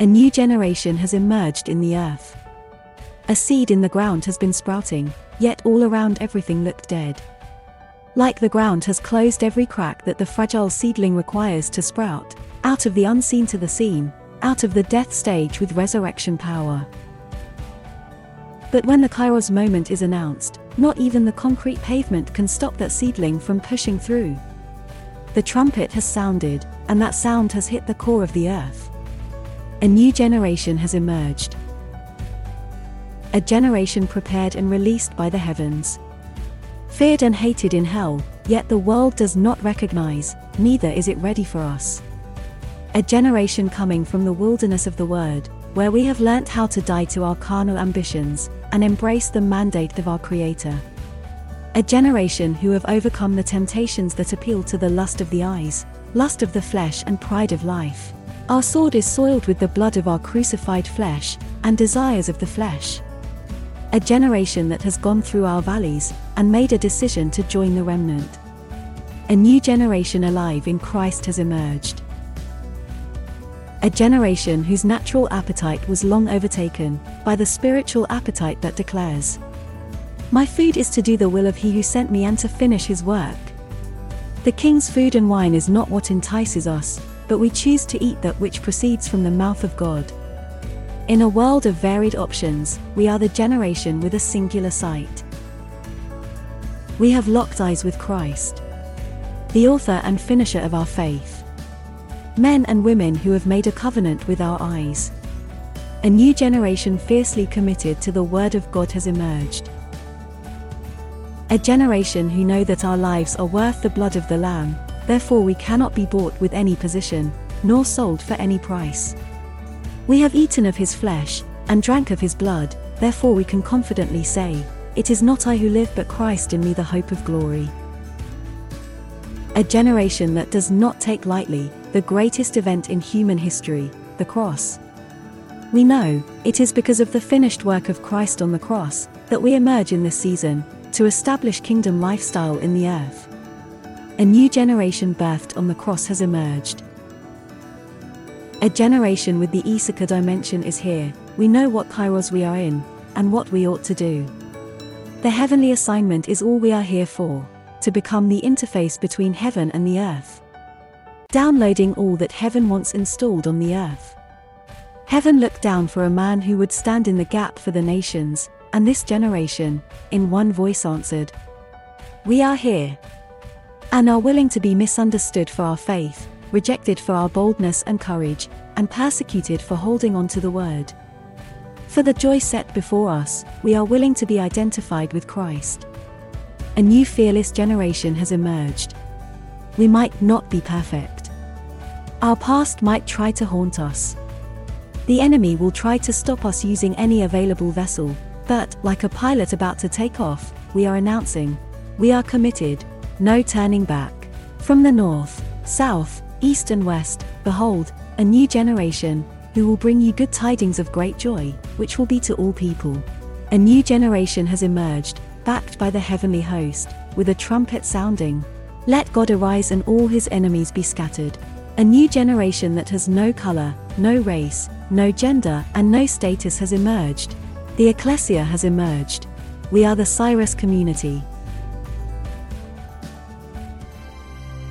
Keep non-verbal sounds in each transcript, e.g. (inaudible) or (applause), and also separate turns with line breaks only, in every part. A new generation has emerged in the earth. A seed in the ground has been sprouting, yet all around everything looked dead. Like the ground has closed every crack that the fragile seedling requires to sprout, out of the unseen to the seen, out of the death stage with resurrection power. But when the Kairos moment is announced, not even the concrete pavement can stop that seedling from pushing through. The trumpet has sounded, and that sound has hit the core of the earth. A new generation has emerged. A generation prepared and released by the heavens. Feared and hated in hell, yet the world does not recognize, neither is it ready for us. A generation coming from the wilderness of the Word, where we have learnt how to die to our carnal ambitions and embrace the mandate of our Creator. A generation who have overcome the temptations that appeal to the lust of the eyes, lust of the flesh, and pride of life. Our sword is soiled with the blood of our crucified flesh and desires of the flesh. A generation that has gone through our valleys and made a decision to join the remnant. A new generation alive in Christ has emerged a generation whose natural appetite was long overtaken by the spiritual appetite that declares, My food is to do the will of he who sent me and to finish his work. The king's food and wine is not what entices us, but we choose to eat that which proceeds from the mouth of God. In a world of varied options, we are the generation with a singular sight. We have locked eyes with Christ, the author and finisher of our faith men and women who have made a covenant with our eyes. A new generation fiercely committed to the Word of God has emerged. A generation who know that our lives are worth the blood of the Lamb, therefore we cannot be bought with any position, nor sold for any price. We have eaten of his flesh, and drank of his blood, therefore we can confidently say, It is not I who live but Christ in me the hope of glory. A generation that does not take lightly, the greatest event in human history, the cross. We know, it is because of the finished work of Christ on the cross, that we emerge in this season, to establish kingdom lifestyle in the earth. A new generation birthed on the cross has emerged. A generation with the Issachar dimension is here, we know what kairos we are in, and what we ought to do. The heavenly assignment is all we are here for, to become the interface between heaven and the earth downloading all that heaven wants installed on the earth. Heaven looked down for a man who would stand in the gap for the nations, and this generation, in one voice answered, We are here. And are willing to be misunderstood for our faith, rejected for our boldness and courage, and persecuted for holding on to the word. For the joy set before us, we are willing to be identified with Christ. A new fearless generation has emerged. We might not be perfect. Our past might try to haunt us. The enemy will try to stop us using any available vessel, but, like a pilot about to take off, we are announcing, We are committed, no turning back. From the north, south, east, and west, behold, a new generation, who will bring you good tidings of great joy, which will be to all people. A new generation has emerged, backed by the heavenly host, with a trumpet sounding. Let God arise and all his enemies be scattered. A new generation that has no colour, no race, no gender, and no status has emerged. The ecclesia has emerged. We are the Cyrus community.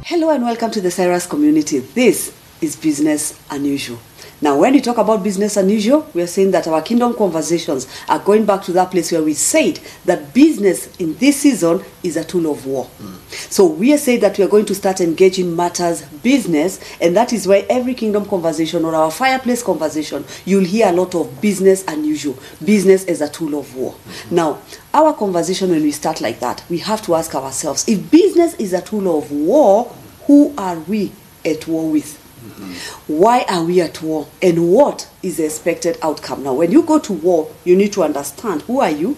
Hello and welcome to the Cyrus community. This is Business Unusual. Now, when we talk about business unusual, we are saying that our kingdom conversations are going back to that place where we said that business in this season is a tool of war. Mm. So we are saying that we are going to start engaging matters business, and that is why every kingdom conversation or our fireplace conversation, you'll hear a lot of business unusual, business as a tool of war. Mm-hmm. Now, our conversation when we start like that, we have to ask ourselves if business is a tool of war, who are we at war with? Mm-hmm. Why are we at war? And what is the expected outcome? Now, when you go to war, you need to understand who are you?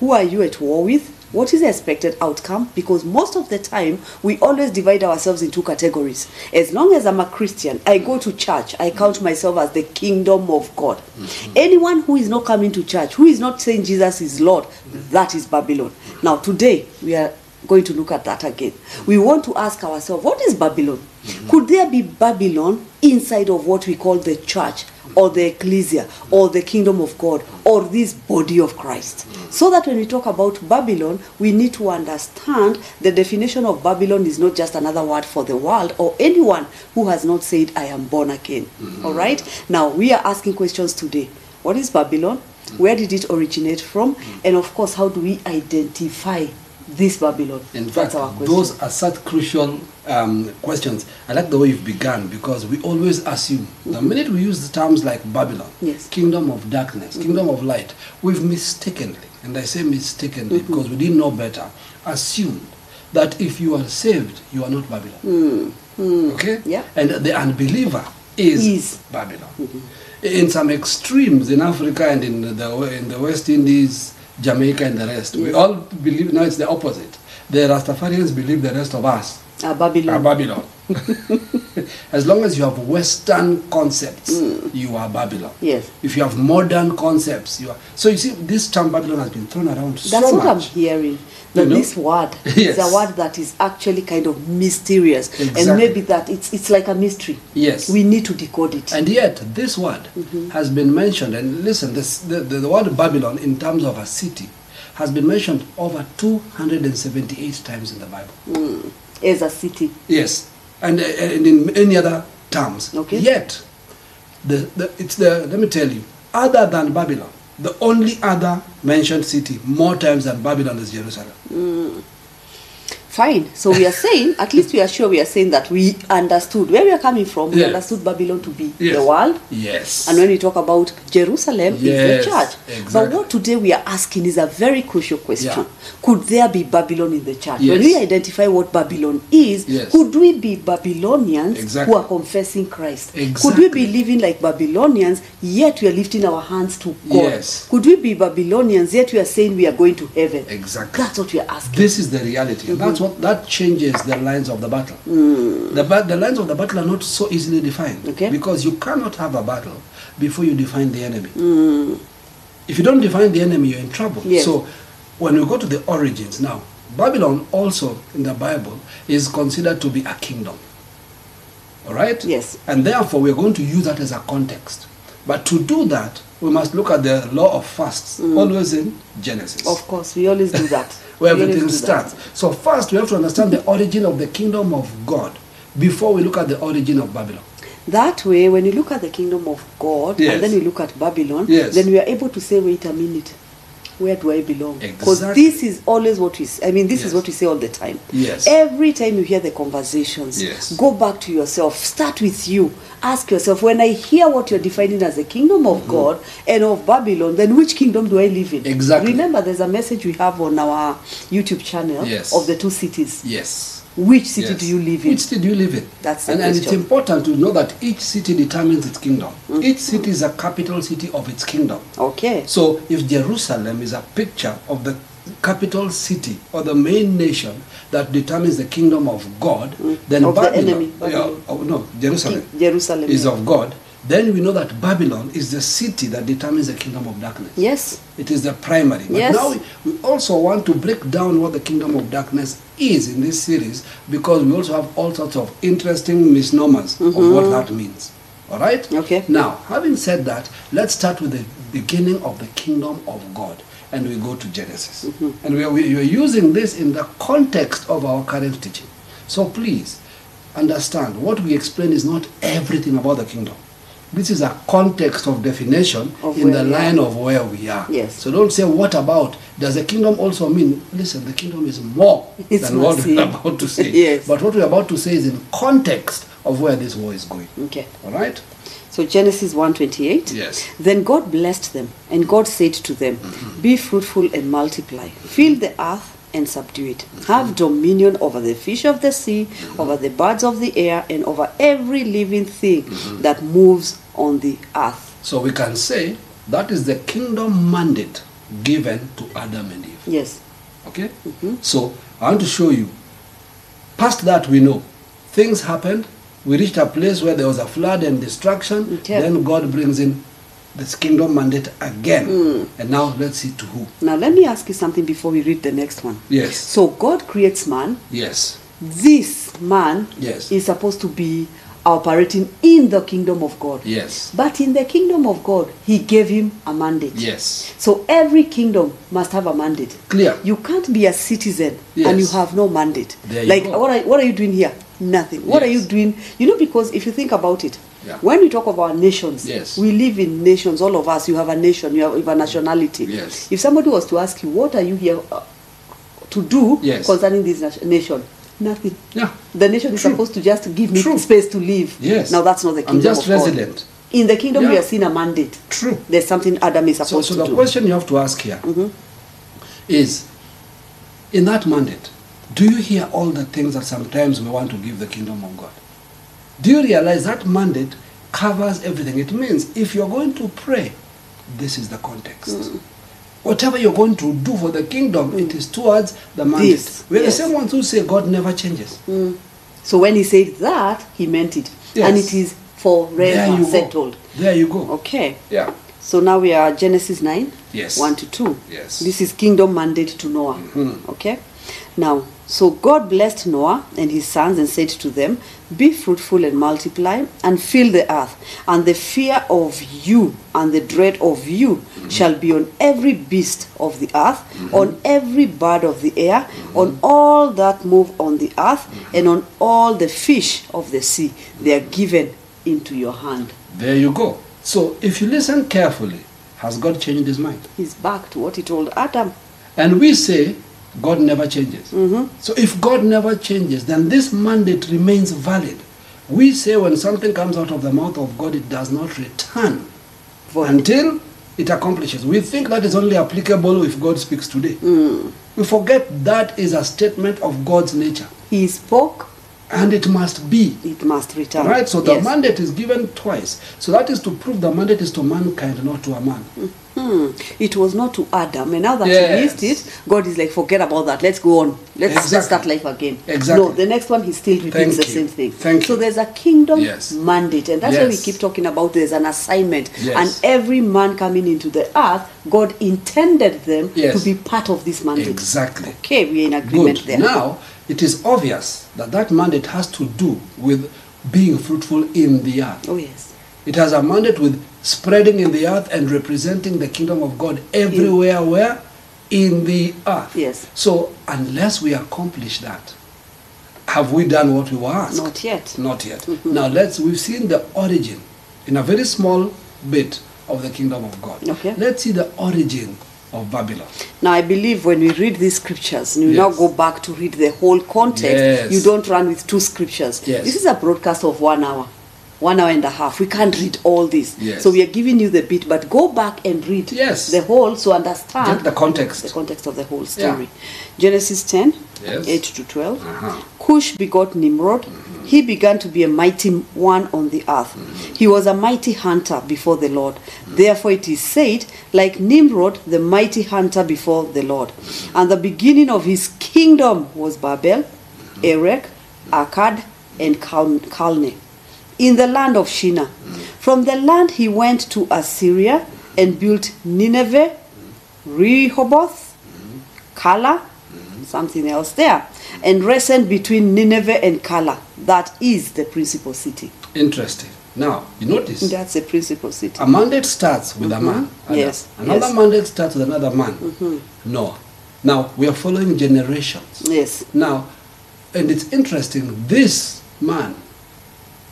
Who are you at war with? What is the expected outcome? Because most of the time, we always divide ourselves into categories. As long as I'm a Christian, I go to church, I count myself as the kingdom of God. Mm-hmm. Anyone who is not coming to church, who is not saying Jesus is Lord, mm-hmm. that is Babylon. Now, today, we are going to look at that again. We want to ask ourselves, what is Babylon? Could there be Babylon inside of what we call the church or the ecclesia or the kingdom of God or this body of Christ? So that when we talk about Babylon, we need to understand the definition of Babylon is not just another word for the world or anyone who has not said, I am born again. All right? Now, we are asking questions today. What is Babylon? Where did it originate from? And of course, how do we identify this Babylon?
In fact, those are such crucial um, questions. I like the way you've begun because we always assume the minute we use the terms like Babylon,
Mm-hmm. Yes. Mm-hmm.
kingdom of darkness, kingdom of light, we've mistakenly, and I say mistakenly
Mm-hmm.
because we didn't know better, assumed that if you are saved, you are not Babylon. Okay?
Mm-hmm. Yeah.
And the unbeliever is,
Is.
Babylon. In some extremes in Africa and in the, in the West Indies, Jamaica, and the rest, we all believe now it's the opposite. The Rastafarians believe the rest of us
Ah, Babylon.
are Babylon. as long as you have Western concepts, you are Babylon.
Yes.
If you have modern concepts, you are. So you see, this term Babylon has been thrown around so
That's what I'm
much.
hearing. That
You know?
this
(laughs)
word
Yes.
is a word that is actually kind of mysterious, and
Exactly.
maybe that it's it's like a mystery.
Yes.
we need to decode it.
And yet, this word
Mm-hmm.
has been mentioned, and listen, this, the, the, the word Babylon in terms of a city has been mentioned over 278 times in the Bible.
as a city,
Yes, and, uh, and in any other terms.
Okay.
Yet, the, the, it's the, let me tell you, other than Babylon, the only other mentioned city more times than Babylon is Jerusalem.
Mm. fine. So we are saying, at least we are sure we are saying that we understood where we are coming from. We
Yes.
understood Babylon to be
Yes.
the world.
Yes.
And when we talk about Jerusalem,
Yes,
it's the church. But
exactly.
what today we are asking is a very crucial question.
Yeah.
Could there be Babylon in the church? When
Yes.
we identify what Babylon is,
Yes.
could we be Babylonians
Exactly.
who are confessing Christ?
Exactly.
Could we be living like Babylonians, yet we are lifting our hands to God?
Yes.
Could we be Babylonians, yet we are saying we are going to heaven?
Exactly.
That's what we are asking.
This is the reality. and
Mm-hmm.
That's what that changes the lines of the battle. The, ba- the lines of the battle are not so easily defined
Mm. Okay.
because you cannot have a battle before you define the enemy. If you don't define the enemy, you're in trouble.
Mm. Yes.
So, when we go to the origins now, Babylon also in the Bible is considered to be a kingdom. All right?
Yes.
And therefore, we're going to use that as a context. But to do that, we must look at the law of firsts, always in Genesis
Mm. Of course, we always do that.
where
We always
everything
do that.
starts. So first, we have to understand the origin of the kingdom of God before we look at the origin of Babylon.
That way, when you look at the kingdom of God
Yes.
and then you look at Babylon,
Yes.
then we are able to say, wait a minute, where do I belong? Because
Exactly.
this is always what we. s- I mean, this
Yes.
is what we say all the time.
Yes.
Every time you hear the conversations,
Yes.
go back to yourself. Start with you. Ask yourself, when I hear what you're defining as the kingdom
Mm-hmm.
of God and of Babylon, then which kingdom do I live in?
Exactly.
Remember, there's a message we have on our YouTube channel
Yes.
of the two cities.
Yes.
Which city
Yes.
do you live in?
Which city do you live in?
That's the
and, and it's
question. Mm.
important to know that each city determines its kingdom. Each city is a capital city of its kingdom.
okay.
So if Jerusalem is a picture of the capital city or the main nation that determines the kingdom of God, then
Mm. Of the
Babylon,
enemy,
yeah,
Babylon.
oh, no, Jerusalem,
Jerusalem,
is
yeah.
of God. Then we know that Babylon is the city that determines the kingdom of darkness.
Yes.
It is the primary. But
Yes.
now we, we also want to break down what the kingdom of darkness is in this series because we also have all sorts of interesting misnomers of what that means. All right?
Mm-hmm. Okay.
Now, having said that, let's start with the beginning of the kingdom of God. And we go to Genesis.
Mm-hmm.
And we are, we are using this in the context of our current teaching. So please understand what we explain is not everything about the kingdom. This is a context of definition
Of
in
where
the
we are.
line of where we are.
Yes.
So don't say what about. Does the kingdom also mean? Listen, the kingdom is more
(laughs) It's
than what we're
massive.
about to
(laughs)
say.
Yes.
But what we're about to say is in context of where this war is going.
Okay.
All right.
So Genesis 1:28.
Yes.
Then God blessed them, and God said to them,
Mm-hmm.
"Be fruitful and multiply. Fill the earth and subdue it.
Mm-hmm.
Have dominion over the fish of the sea, over the birds of the air, and over every living thing
Mm-hmm.
that moves on the earth."
So we can say that is the kingdom mandate given to Adam and Eve.
Yes.
Okay? So I want to show you. Past that, we know things happened. We reached a place where there was a flood and destruction.
Okay.
Then God brings in this kingdom mandate again. And now let's see to who.
Now, let me ask you something before we read the next one.
Yes.
So, God creates man.
Yes.
This man
Yes.
is supposed to be operating in the kingdom of God.
Yes.
But in the kingdom of God, He gave him a mandate.
Yes.
So, every kingdom must have a mandate.
Clear.
You can't be a citizen and you
Yes.
have no mandate.
There you
like,
go.
what, are, what are you doing here? Nothing. What are
Yes.
you doing? You know, because if you think about it,
Yeah.
when we talk about nations,
Yes.
we live in nations. All of us, you have a nation, you have, you have a nationality.
Yes.
If somebody was to ask you, what are you here uh, to do
Yes.
concerning this nation? nation? Nothing.
Yeah.
The nation is
True.
supposed to just give me
True.
space to live.
Yes.
Now that's not the
I'm
kingdom
just
of God.
resident.
In the kingdom, we
Yeah.
are seeing a mandate.
True.
There's something Adam is
So,
supposed
so
to
the
do. Mm-hmm.
question you have to ask here is: in that mandate, do you hear all the things that sometimes we want to give the kingdom of God? Do you realize that mandate covers everything? It means if you're going to pray, this is the context.
Mm-hmm.
Whatever you're going to do for the kingdom, it is towards the mandate.
This,
We're
yes.
the same ones who say God never changes.
So when he said that, he meant it.
Yes.
And it is
There
forever
you
settled.
go. There you go.
Okay.
Yeah.
So now we are Genesis 9,
Yes.
1 to 2.
Yes. Mm-hmm.
This is kingdom mandate to Noah. Okay. Now, so God blessed Noah and his sons and said to them, Be fruitful and multiply and fill the earth, and the fear of you and the dread of you
Mm-hmm.
shall be on every beast of the earth, on every bird of the air,
Mm-hmm.
on all that move on the earth, and on all the fish of the sea. They
Mm-hmm.
are given into your hand.
There you go. So if you listen carefully, has God changed his mind?
He's back to what he told Adam.
And we say God never changes.
Mm-hmm.
So if God never changes, then this mandate remains valid. We say when something comes out of the mouth of God, it does not return
Void.
until it accomplishes. We think that is only applicable if God speaks today.
Mm.
We forget that is a statement of God's nature
He spoke,
and it must be.
it must return.
Right, so the
Yes.
mandate is given twice. So that is to prove the mandate is to mankind, not to a man.
Hmm. It was not to Adam, and now that
Yes.
he missed it, God is like, forget about that. Let's go on. Let's,
Exactly.
let's start life again.
Exactly.
No, the next one he still repeats
Thank
the
you.
same thing.
Thank
so
you.
there's a kingdom
Yes.
mandate, and that's why we
Yes.
keep talking about. There's an assignment,
Yes.
and every man coming into the earth, God intended them
Yes.
to be part of this mandate.
Exactly.
Okay, we are in agreement
Good.
there.
Now, it is obvious that that mandate has to do with being fruitful in the earth.
oh yes,
It has a mandate with spreading in the earth and representing the kingdom of God everywhere where in the earth.
Yes.
So, unless we accomplish that, have we done what we were asked?
Not yet. Mm-hmm.
Not yet. Now, let's we've seen the origin in a very small bit of the kingdom of God.
Okay.
Let's see the origin of Babylon.
Now, I believe when we read these scriptures, and you now
Yes.
go back to read the whole context.
Yes.
You don't run with two scriptures.
Yes.
This is a broadcast of one hour, one hour and a half. We can't read all this.
Yes.
So we are giving you the bit, but go back and read
Yes.
the whole so understand
Get the context.
the context of the whole story. Genesis 10,
Yes.
8 to 12.
Uh-huh.
Cush begot Nimrod. He began to be a mighty one on the earth. He was a mighty hunter before the Lord. Therefore, it is said, like Nimrod, the mighty hunter before the Lord. And the beginning of his kingdom was Babel, Erech, Akkad, and Kal- Kalne in the land of Shinar. From the land he went to Assyria and built Nineveh, Rehoboth, Kala,
Mm-hmm.
something else there, and wrestled between Nineveh and Kala. That is the principal city.
Interesting. Now, you notice.
That's the principal city.
A mandate starts with a man. Adam.
Mm-hmm. Yes,
Another
yes. Mm-hmm.
mandate starts with another man. No. Now we are following generations.
Yes.
Now, and it's interesting. This man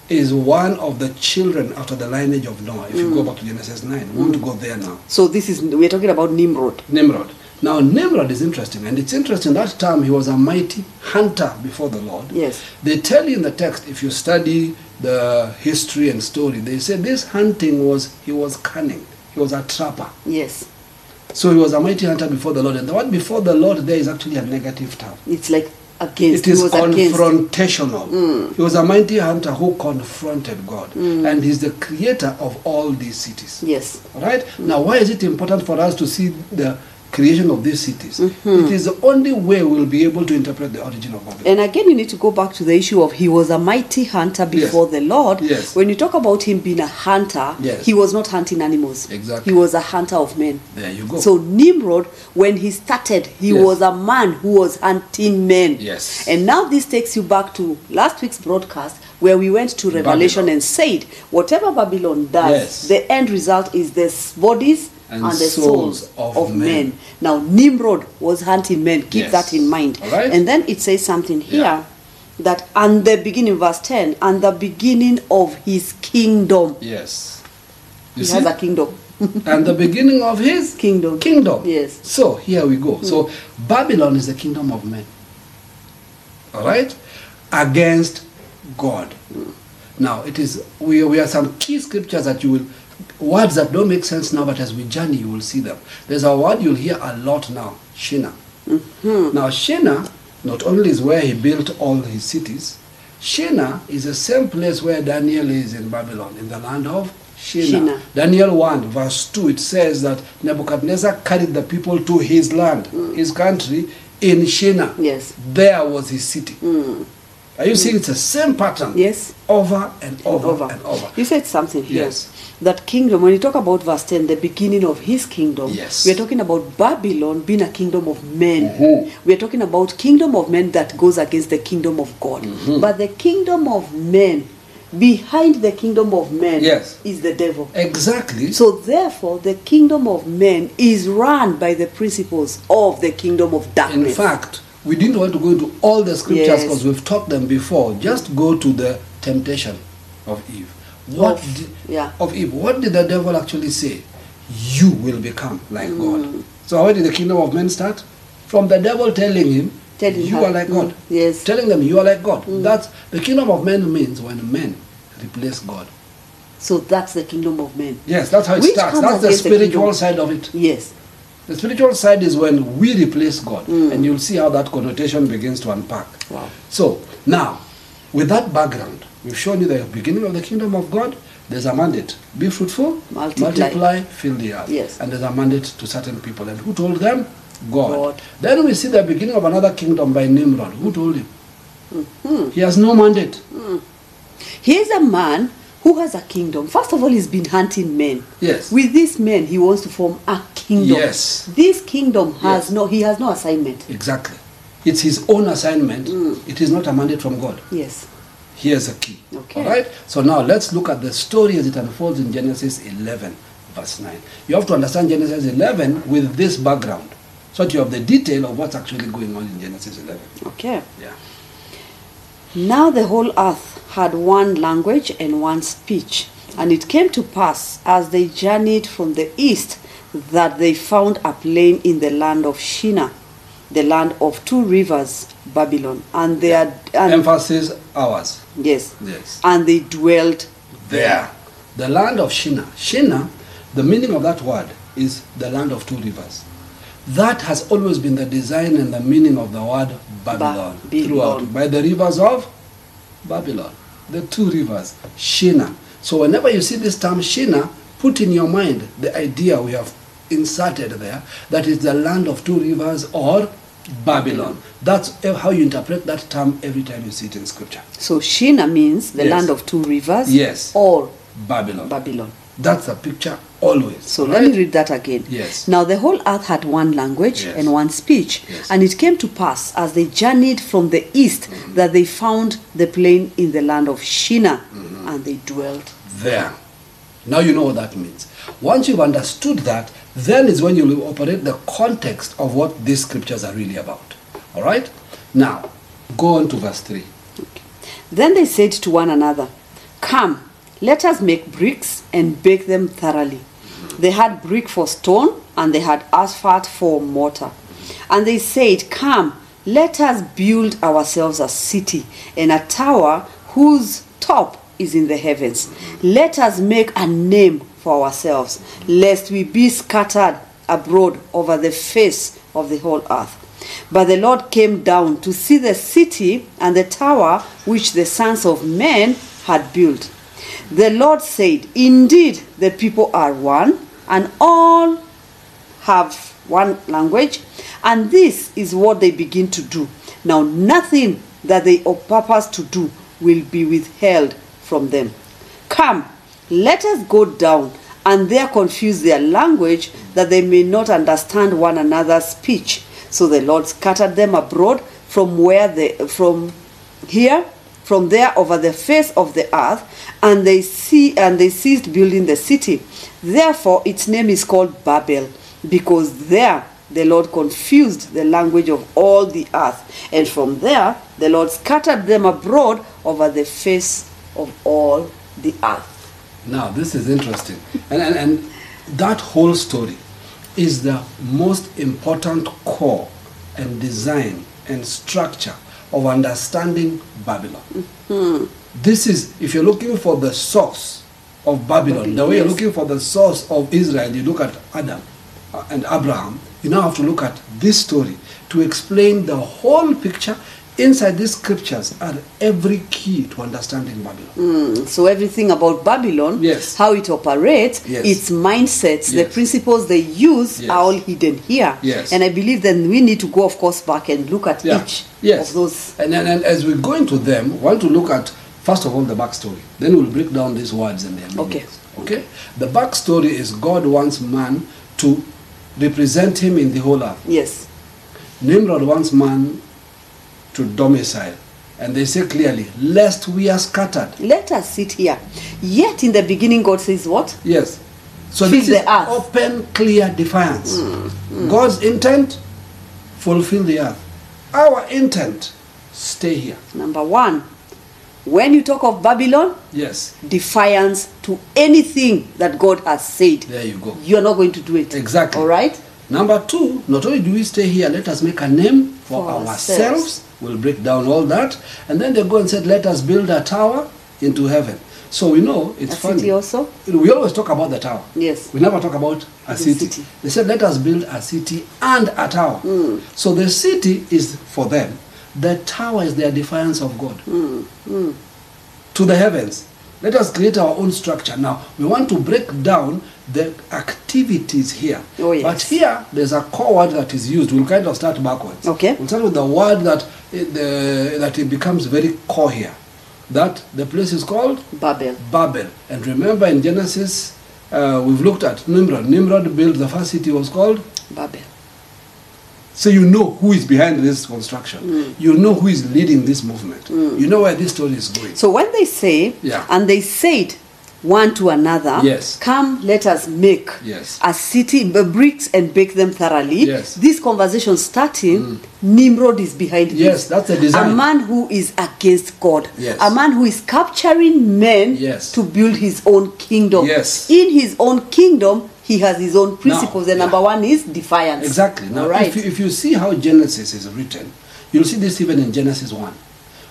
is one of the children after the lineage of Noah. If
Mm-hmm.
you go back to Genesis nine, we won't go there now.
So this is we're talking about Nimrod.
Nimrod. Now Nimrod is interesting, and it's interesting that time he was a mighty hunter before the Lord.
Yes.
They tell you in the text, if you study the history and story, they say this hunting was he was cunning. He was a trapper.
Yes.
So he was a mighty hunter before the Lord. And the word before the Lord there is actually a negative term.
It's like against
It is
he was against. Mm.
confrontational. He was a mighty hunter who confronted God. And he's the creator of all these cities.
Yes.
All right? Now, why is it important for us to see the creation of these cities. It is the only way we'll be able to interpret the origin of Babylon.
Mm-hmm. And again, you need to go back to the issue of he was a mighty hunter before the Lord.
Yes.
When you talk about him being a hunter,
Yes.
he was not hunting animals. He
Exactly.
was a hunter of men.
There you go.
So Nimrod, when he started, he
Yes.
was a man who was hunting men.
Yes.
And now this takes you back to last week's broadcast where we went to Revelation
Babylon.
and said, whatever Babylon does,
Yes.
the end result is the s- bodies
And
and, the
souls
souls,
of
of,
men.
men. Now Nimrod was hunting men. Keep
Yes.
that in mind.
All right.
And then it says something here
Yeah.
that and the beginning, verse 10, and the beginning of his kingdom.
Yes.
he has a kingdom.
and the beginning of his
Kingdom.
Kingdom.
Yes. Hmm.
So here we go. So Babylon is the kingdom of men. All right, against God.
Hmm.
Now it is. We we have some key scriptures that you will words that don't make sense now, but as we journey, you will see them. There's a word you'll hear a lot now. Shina.
Mm-hmm.
Now Shina, not only is where he built all his cities. Shina is the same place where Daniel is in Babylon, in the land of Shina.
Shinar.
Daniel 1, verse 2, it says that Nebuchadnezzar carried the people to his land, his country, in Shina.
Mm. Yes. Mm.
There was his city. Are you seeing it's the same pattern?
Yes.
Over and over,
over.
and over.
You said something here.
Yes.
That kingdom, when you talk about verse 10, the beginning of his kingdom,
Yes.
we are talking about Babylon being a kingdom of men.
Mhm.
We are talking about kingdom of men that goes against the kingdom of God.
Mm-hmm.
But the kingdom of men, behind the kingdom of men,
Yes.
is the devil.
Exactly.
So therefore, the kingdom of men is run by the principles of the kingdom of
in
darkness.
fact, we didn't want to go into all the scriptures
Yes.
because we've taught them before. Just go to the temptation of Eve. What
Of-
did,
yeah.
of Eve? What did the devil actually say? You will become like
Mm.
God. So where did the kingdom of men start? From the devil telling him,
Telling
you
her,
are like
mm,
God.
yes. Mm.
Telling them you are like God. That's the kingdom of men means when men replace God.
so that's the kingdom of men.
Yes, that's how it
Which
starts.
comes
That's the
against the
spiritual
kingdom.
side of it.
Yes.
The spiritual side is when we replace God, and you'll see how that connotation begins to unpack.
Hmm. Wow.
So, now, with that background, we've shown you the beginning of the kingdom of God. There's a mandate be fruitful,
Multiply.
fill the earth.
Yes.
And there's a mandate to certain people. And who told them? God.
God.
Then we see the beginning of another kingdom by Nimrod. Who told him?
Mm-hmm.
He has no mandate.
Mm. Here's a man who has a kingdom. First of all, he's been hunting men.
Yes.
With these men, he wants to form a kingdom.
Yes.
This kingdom has
Yes.
no. He has no assignment.
Exactly. It's his own assignment,
Mm.
it is not a mandate from God.
Yes.
Here's a key.
Okay.
All right. So now let's look at the story as it unfolds in Genesis 11, verse 9. You have to understand Genesis 11 with this background, so that you have the detail of what's actually going on in Genesis 11.
Okay.
Yeah.
Now the whole earth had one language and one speech. And it came to pass, as they journeyed from the east, that they found a plain in the land of Shinar, the land of two rivers, Babylon. And they had, and,
Emphasis ours.
yes,
Yes.
and they dwelt
There. The land of Shinar. Shinar, the meaning of that word is the land of two rivers. That has always been the design and the meaning of the word Babylon,
Babylon.
throughout by the rivers of Babylon. The two rivers, Shinar. So whenever you see this term Shinar, put in your mind the idea we have inserted there that is the land of two rivers or Babylon. That's how you interpret that term every time you see it in scripture.
So Shina means the
Yes.
land of two rivers.
Yes.
Or
Babylon.
Babylon.
That's the picture always.
So
right?
let me read that again.
Yes.
Now the whole earth had one language
Yes.
and one speech.
Yes.
And it came to pass as they journeyed from the east
Mm-hmm.
that they found the plain in the land of Shina
Mm-hmm.
and they dwelt.
there. Now you know what that means. Once you've understood that, then is when you'll operate the context of what these scriptures are really about. All right? Now, go on to verse 3.
Then they said to one another, Come, let us make bricks and bake them thoroughly. They had brick for stone, and they had asphalt for mortar. And they said, Come, let us build ourselves a city and a tower whose top is in the heavens. Let us make a name for ourselves, lest we be scattered abroad over the face of the whole earth. But the Lord came down to see the city and the tower which the sons of men had built. The Lord said, Indeed, the people are one, and all have one language, and this is what they begin to do. Now, nothing that they or purpose to do will be withheld from them. Come, let us go down and there confuse their language that they may not understand one another's speech. So the Lord scattered them abroad from where they from here from there over the face of the earth and they see and they ceased building the city therefore its name is called babel because there the lord confused the language of all the earth and from there the lord scattered them abroad over the face of all the earth
Now, this is interesting. And, and, and that whole story is the most important core and design and structure of understanding Babylon. This is, if you're looking for the source of Babylon, the way you're looking for the source of Israel, you look at Adam uh, and Abraham, you now have to look at this story to explain the whole picture. Inside these scriptures are every key to understanding Babylon.
Mm, so everything about babylon
Yes.
how it operates
Yes.
its mindsets the
Yes.
principles they use
Yes.
are all hidden here
Yes.
and i believe then we need to go of course back and look at
yeah.
each
yes.
of those
And then and as we go into them, want to look at first of all the backstory. Then we'll break down these words and their meanings. Okay. Okay. The backstory is God wants man to represent Him in the whole earth.
yes
Nimrod wants man to domicile, and they say clearly, lest we are scattered.
let us sit here yet in the beginning god says what
Yes. So
Fill
this
the
is
earth.
open, clear defiance. God's intent, fulfill the earth. Our intent, stay here.
number one when you talk of babylon
Yes.
defiance to anything that god has said
There you go.
you're not going to do it
Exactly.
all right
Number two, not only do we stay here, let us make a name for,
For
ourselves.
ourselves.
We'll break down all that. And then they go and said, let us build a tower into heaven. So we know it's
A
funny.
city also?
We always talk about the tower.
Yes.
We never talk about a
The
city.
city. Mm.
They said, let us build a city and a tower. So the city is for them. The tower is their defiance of God
Mm,
to the heavens. Let us create our own structure. Now, we want to break down the activities here.
Oh, yes.
But here, there's a core word that is used. We'll kind of start backwards.
Okay.
We'll start with the word that it, the, that it becomes very core here. That the place is called
babel
Babel. And remember in Genesis, uh, we've looked at Nimrod. Nimrod built the first city was called
babel
so you know who is behind this construction. You know who is leading this movement. You know where this story is going.
So when they say,
Yeah.
and they said one to another,
Yes.
come, let us make
Yes.
a city, b- bricks and bake them thoroughly.
Yes. Mm.
This conversation starting, Nimrod is behind
Yes,
this.
that's the design.
A man who is against God.
Yes.
A man who is capturing men
Yes.
to build his own kingdom.
Yes.
In his own kingdom, he has his own principles. and
yeah.
number one is defiance.
Exactly. Now,
All right.
if, you, if you see how Genesis is written, you'll see this even in Genesis 1,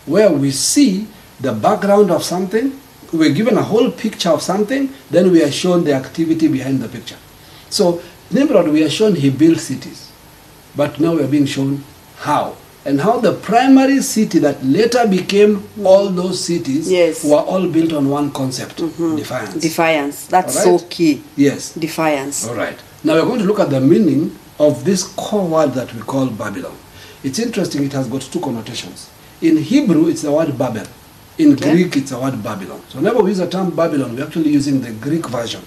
where we see the background of something, we're given a whole picture of something, then we are shown the activity behind the picture. So, Nimrod, we are shown he built cities, but now we are being shown how. And how the primary city that later became all those cities
Yes.
were all built on one concept defiance.
defiance. That's
All right?
so key.
Yes.
Defiance.
All right. Now we're going to look at the meaning of this core word that we call Babylon. It's interesting, it has got two connotations. In Hebrew, it's the word Babel. In
Okay.
Greek, it's the word Babylon. So whenever we use the term Babylon, we're actually using the Greek version.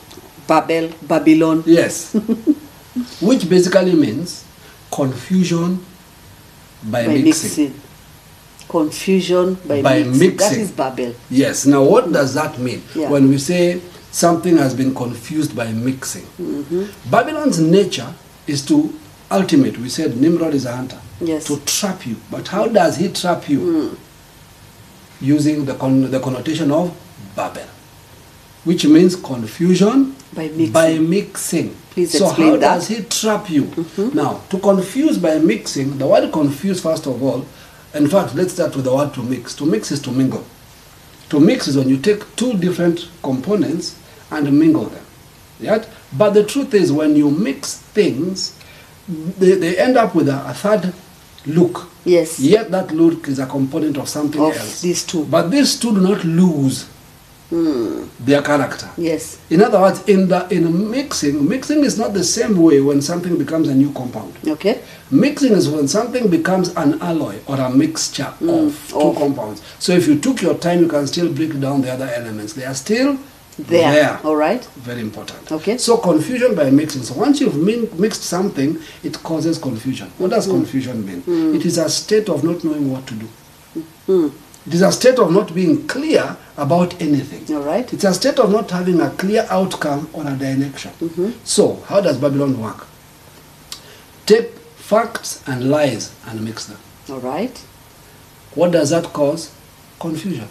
Babel, Babylon.
Yes.
(laughs)
Which basically means confusion by,
by
mixing.
mixing. Confusion by,
By
mixing. That
mixing.
is Babel.
Yes. Now, what does that mean
Yeah.
when we say something has been confused by mixing?
Mm-hmm.
Babylon's nature is to ultimate. We said Nimrod is a hunter.
Yes.
To trap you. But how does he trap you? Using the, con- the connotation of Babel, which means confusion
By mixing.
mixing.
Please
so
explain
how
that. Mm-hmm.
does he trap you? Now, to confuse by mixing, the word confuse, first of all, in fact, let's start with the word to mix. To mix is to mingle. To mix is when you take two different components and mingle them. Right? But the truth is, when you mix things, they, they end up with a, a third look.
Yes.
Yet that look is a component of something
Of
else.
these two. Hmm.
But these two do not lose. their character.
Yes.
In other words, in the in mixing, mixing is not the same way when something becomes a new compound.
Okay.
Mixing is when something becomes an alloy or a mixture of two
Mm, of.
compounds. So if you took your time, you can still break down the other elements. They are still
There. All right.
Very important.
Okay.
So confusion by mixing. So once you've min- mixed something, it causes confusion. What
Mm.
does confusion mean? It is a state of not knowing what to do.
Mm.
It is a state of not being clear about anything.
All right.
It's a state of not having a clear outcome or a direction. So, how does Babylon work? Take facts and lies and mix them.
All right.
What does that cause? Confusion.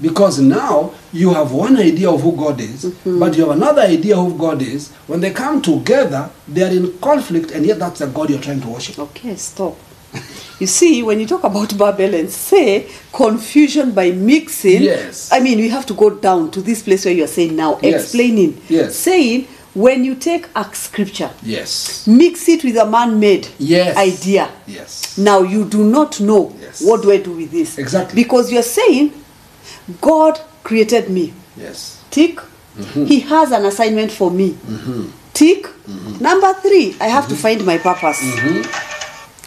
Because now you have one idea of who God is, but you have another idea of who God is. When they come together, they are in conflict, and yet that's the God you're trying to worship.
Okay, stop. (laughs) You see, when you talk about Babel and say confusion by mixing,
Yes.
I mean, you have to go down to this place where you are saying now,
Yes.
explaining,
Yes.
saying when you take a scripture,
Yes.
mix it with a man-made
Yes.
idea.
Yes.
Now you do not know
Yes.
what do I do with this
Exactly.
because you are saying God created me.
Yes.
Tick.
Mm-hmm.
He has an assignment for me. Tick.
Mm-hmm.
Number three, I have to find my purpose.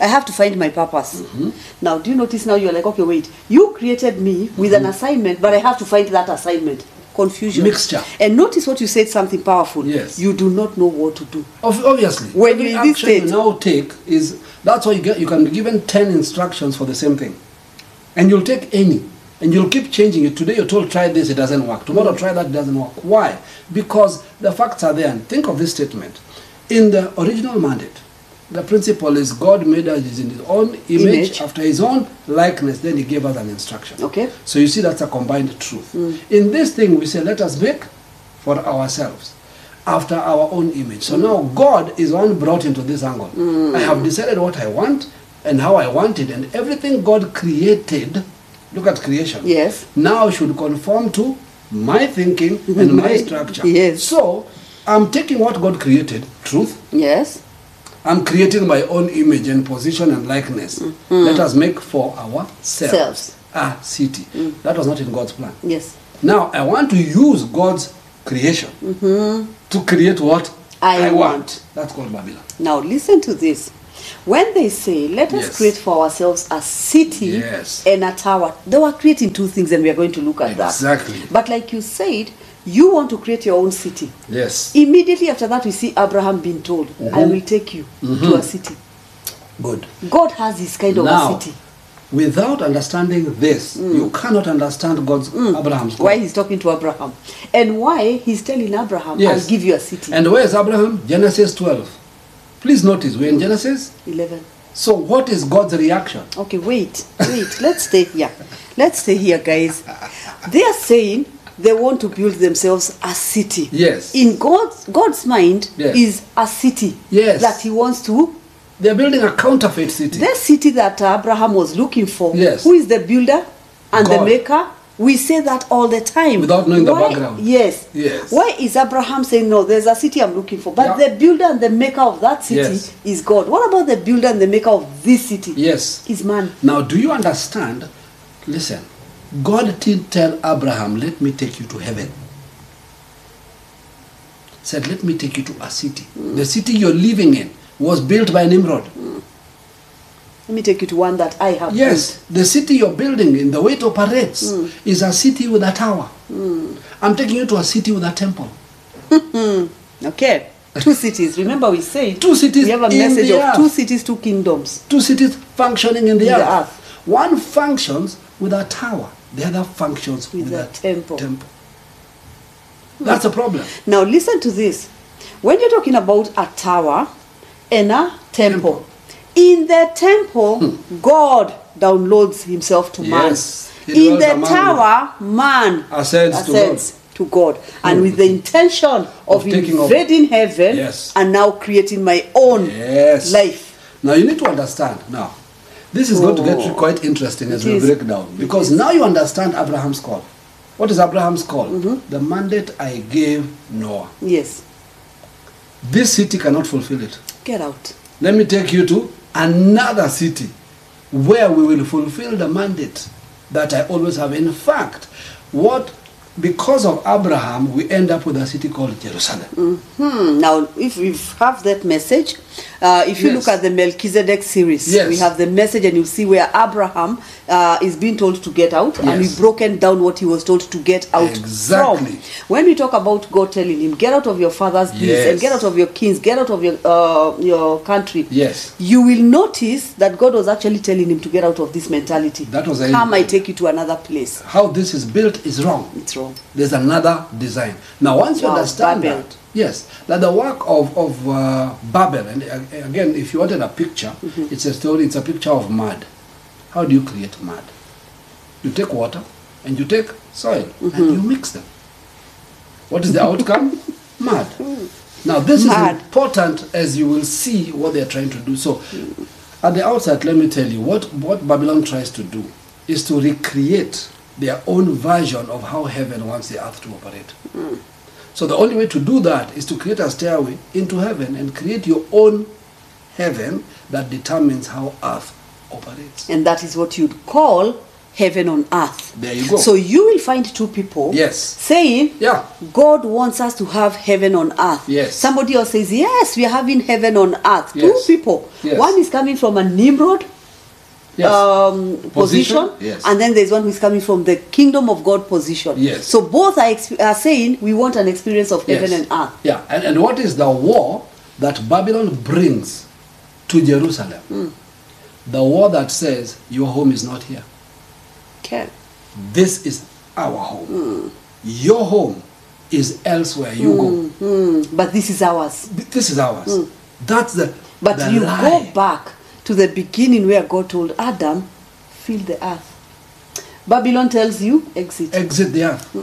I have to find my purpose.
Mm-hmm.
Now, do you notice now you're like, okay, wait, you created me with
Mm-hmm.
an assignment, but I have to find that assignment. Confusion.
Mixture.
And notice what you said, something powerful.
Yes.
you do not know what to do.
Ob- obviously.
When
every
you
action
insist-
you now take is that's why you get you can be given ten instructions for the same thing, and you'll take any, and you'll keep changing it. Today you're told try this, it doesn't work. Tomorrow try that, it doesn't work. Why? Because the facts are there. And think of this statement: in the original mandate, the principle is God made us in His own image,
Image.
after His own likeness. Then He gave us an instruction.
Okay.
So you see, that's a combined truth.
Mm.
In this thing, we say, let us make for ourselves after our own image. So
Mm.
now God is one brought into this angle. I have decided what I want and how I want it, and everything God created. Look at creation.
Yes.
Now should conform to my thinking and my
(laughs)
structure.
Yes.
So I'm taking what God created, truth,
Yes.
I'm creating my own image and position and likeness. Let us make for ourselves
Mm-hmm. Selves. Mm.
a city. That was not in God's plan.
Yes.
Now, I want to use God's creation to create what
Mm-hmm. I want.
That's called Babylon.
Now listen to this. When they say, let us
Yes.
create for ourselves a city
Yes.
and a tower, they were creating two things and we are going to look at that.
Exactly.
But like you said, you want to create your own city.
Yes.
Immediately after that, we see Abraham being told, I
Mhm.
will take you to a city.
Good.
God has this kind of
now,
a city. Mm.
without understanding this, you cannot understand God's Abraham's God.
Why he's talking to Abraham. And why he's telling Abraham,
Yes.
I'll give you a city.
And where is Abraham? Genesis 12. Please notice, we're in Genesis.
11.
So, what is God's reaction?
Okay, wait, wait. Let's stay here. Let's stay here, guys. They are saying they want to build themselves a city.
Yes.
In God's God's mind
Yes.
is a city.
Yes.
That He wants to.
They're building a counterfeit city.
The city that Abraham was looking for.
Yes.
Who is the builder and the
God.
maker? We say that all the time.
Without knowing the
Why-
background.
Yes.
Yes.
Why is Abraham saying no? There's a city I'm looking for, but
Yeah.
the builder and the maker of that city
Yes.
is God. What about the builder and the maker of this city?
Yes.
Is man.
Now, do you understand? Listen, God did tell Abraham, Let me take you to heaven. Said, Let me take you to a city. The city you're living in was built by Nimrod.
Let me take you to one that I have. built.
Yes, the city you're building in, the way it operates,
Hmm.
is a city with a tower. I'm taking you to a city with a temple.
Okay. Two cities. Remember, we say
Two cities
We have a
in
message
the
of
earth.
two cities, two kingdoms.
Two cities functioning in the,
In the
earth.
earth.
One functions with a tower, the other functions with,
With a temple.
temple. That's a problem.
Now listen to this. When you're talking about a tower and a temple, in the temple, God downloads Himself to
Hmm. Yes.
man.
He
in
dwells
the
among
tower, man
Ascends to Hmm.
to God, and with the intention of,
Of taking over.
invading heaven
Yes.
and now creating my own
Yes.
life.
Now you need to understand. Now, this is going to get quite interesting as
Oh. It
we
is.
break down because now you understand Abraham's call. What is Abraham's call?
Mm-hmm.
The mandate I gave Noah.
Yes.
This city cannot fulfill it.
Get out.
Let me take you to another city where we will fulfill the mandate that I always have. In fact, what because of Abraham, we end up with a city called Jerusalem.
Hmm. Now, if you have that message, uh, if you
Yes.
look at the Melchizedek series,
Yes.
we have the message, and you see where Abraham uh, is being told to get out, and
Yes.
we've broken down what he was told to get out
Exactly.
from. When we talk about God telling him, "Get out of your father's place and
Yes.
get out of your kings, get out of your uh, your country,"
Yes.
you will notice that God was actually telling him to get out of this mentality.
That was a-
come, I take you to another place.
How this is built is wrong.
It's wrong.
There's another design. Now, once you
Wow,
understand
Babel.
that, yes, that the work of, of uh, Babel, and uh, again, if you wanted a picture,
Mm-hmm.
it's a story, it's a picture of mud. How do you create mud? You take water and you take soil and
Mm-hmm.
you mix them. What is the outcome? Mud. Now, this
Mud.
is important as you will see what they're trying to do. So, at the outset, let me tell you what, what Babylon tries to do is to recreate their own version of how heaven wants the earth to operate. So, the only way to do that is to create a stairway into heaven and create your own heaven that determines how earth operates.
and that is what you'd call heaven on earth.
There you go.
So you will find two people
Yes.
saying,
Yeah.
God wants us to have heaven on earth.
Yes.
Somebody else says, Yes, we are having heaven on earth.
Yes.
Two people.
Yes.
One is coming from a Nimrod
Yes.
um, position,
Position, yes.
and then there's one who's coming from the kingdom of God position.
Yes.
So both are, exp- are saying we want an experience of heaven
Yes.
and earth.
Yeah, and, and what is the war that Babylon brings to Jerusalem?
Hmm.
The war that says, Your home is not here.
Okay.
This is our home.
Hmm.
Your home is elsewhere. You
Mm, but this is ours.
go. This is ours. That's the.
Hmm. But
the
you
lie.
go back to the beginning where God told Adam, fill the earth. Babylon tells you, exit.
exit the earth.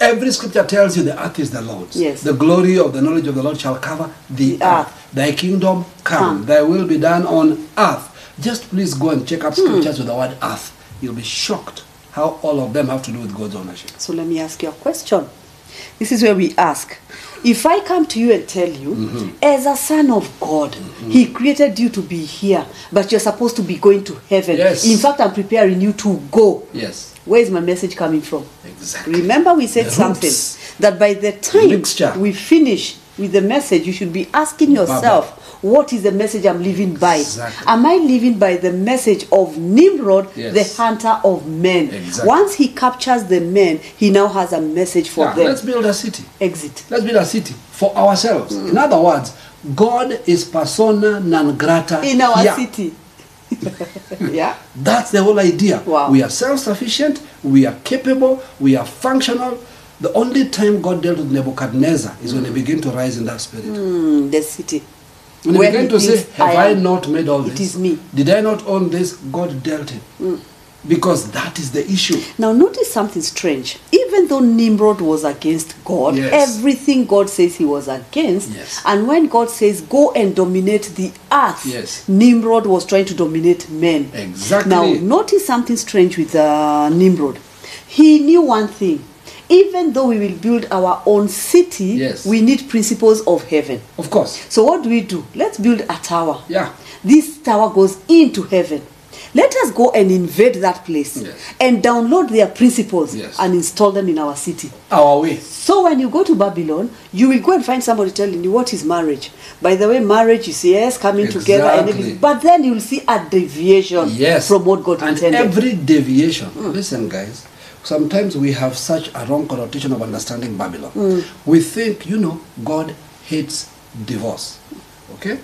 Every scripture tells you the earth is the Lord's.
Yes.
The glory of the knowledge of the Lord shall cover the,
The
earth.
earth.
Thy kingdom come,
Come.
thy will be done on earth. Just please go and check up
Hmm.
scriptures with the word earth. You'll be shocked how all of them have to do with God's ownership.
So let me ask you a question. This is where we ask. If I come to you and tell you,
Mm-hmm.
as a son of God, He created you to be here, but you're supposed to be going to heaven.
Yes.
In fact, I'm preparing you to go.
Yes.
Where is my message coming from?
Exactly.
Remember, we said
The
something
roots.
that by the time
Mixture.
we finish with the message, you should be asking yourself, What is the message I'm living by?
Exactly.
Am I living by the message of Nimrod,
Yes.
the hunter of men?
Exactly.
Once he captures the men, he now has a message for
Yeah,
them.
let's build a city.
Exit.
Let's build a city for ourselves.
Hmm.
In other words, God is persona non grata
In our
here. (laughs)
city. yeah.
That's the whole idea.
Wow.
We are self sufficient, we are capable, we are functional. The only time God dealt with Nebuchadnezzar is when he began to rise in that spirit.
Mm, the city.
When he
Where
began
he
to say,
thinks
Have
I
I,
am-
not made all
it
this?
is me." Hmm.
Did I not own this? God dealt him. Because that is the issue.
Now, notice something strange. Even though Nimrod was against God,
Yes.
everything God says he was against,
Yes.
and when God says, go and dominate the earth,
Yes.
Nimrod was trying to dominate men.
Exactly.
Now, notice something strange with uh, Nimrod. He knew one thing. Even though we will build our own city,
Yes.
we need principles of heaven.
Of course.
So what do we do? Let's build a tower.
Yeah.
This tower goes into heaven. Let us go and invade that place
Yes.
and download their principles
Yes.
and install them in our city.
Our way.
So when you go to Babylon, you will go and find somebody telling you what is marriage. By the way, marriage is yes, coming together and
Exactly.
everything. But then you will see a deviation
Yes.
from what God
and
intended.
every deviation. Listen, guys. Sometimes we have such a wrong connotation of understanding Babylon.
Hmm.
We think, you know, God hates divorce. Okay?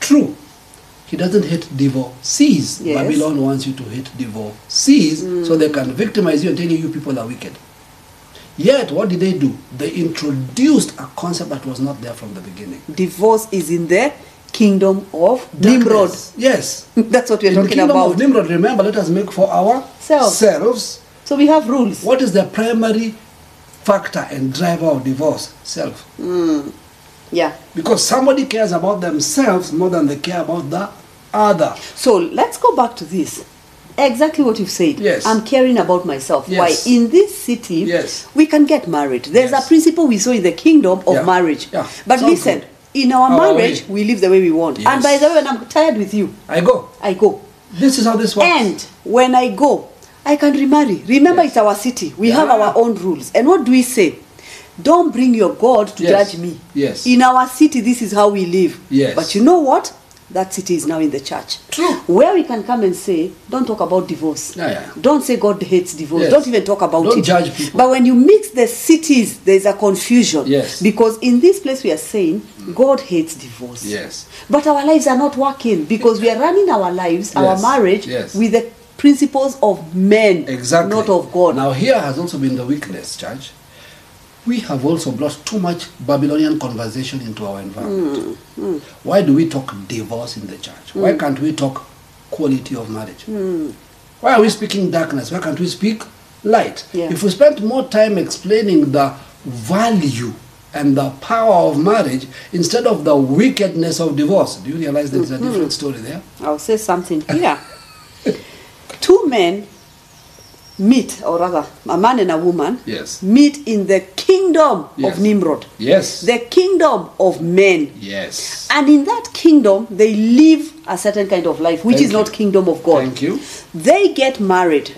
True. He doesn't hate
Yes.
divorcees.
Hmm.
Babylon wants you to hate divorcees so they can victimize you and tell you you people are wicked. Yet, what did they do? They introduced a concept that was not there from the beginning.
Divorce is in the kingdom of
Darkness. Yes.
Nimrod. (laughs) That's what we're
In the
talking
kingdom
about.
of Nimrod, remember, let us make for
Self.
ourselves.
so we have rules.
What is the primary factor and driver of divorce? Self.
Yeah.
Because somebody cares about themselves more than they care about the other.
So let's go back to this. Exactly what you've said.
Yes.
I'm caring about myself.
Yes.
Why? In this city,
Yes.
we can get married. There's
Yes.
a principle we saw in the kingdom of
Yeah.
marriage.
Yeah.
But
Sounds
listen,
good.
in our,
Our
marriage,
way.
we live the way we want. And by
Yes.
the way, when I'm tired with you,
I go.
I go.
This is how this works.
And when I go, I can remarry. Remember,
Yes.
it's our city. We
Yeah.
have our own rules. And what do we say? Don't bring your God to
Yes.
judge me.
Yes.
In our city, this is how we live.
Yes.
But you know what? That city is now in the church.
True.
Where we can come and say, don't talk about divorce.
Yeah, yeah.
Don't say God hates divorce.
Yes.
Don't even talk about
Don't
it.
judge people.
But when you mix the cities, there's a confusion.
Yes.
Because in this place, we are saying God hates divorce.
Yes.
But our lives are not working because we are running our lives, our
Yes.
marriage,
Yes.
with the principles of men,
Exactly.
not of God.
Now, here has also been the weakness, church. We have also brought too much Babylonian conversation into our environment.
Mm,
Why do we talk divorce in the church? Why can't we talk quality of marriage?
Mm.
Why are we speaking darkness? Why can't we speak light?
Yeah.
If we spent more time explaining the value and the power of marriage instead of the wickedness of divorce, do you realize there's
Mm-hmm.
a different story there?
I'll say something here. (laughs) Two men meet, or rather, a man and a woman
Yes.
meet in the kingdom
Yes.
of Nimrod,
Yes.
the kingdom of men.
yes.
And in that kingdom, they live a certain kind of life, which
Thank
is
you.
not kingdom of God.
Thank you. Mm-hmm.
They get married,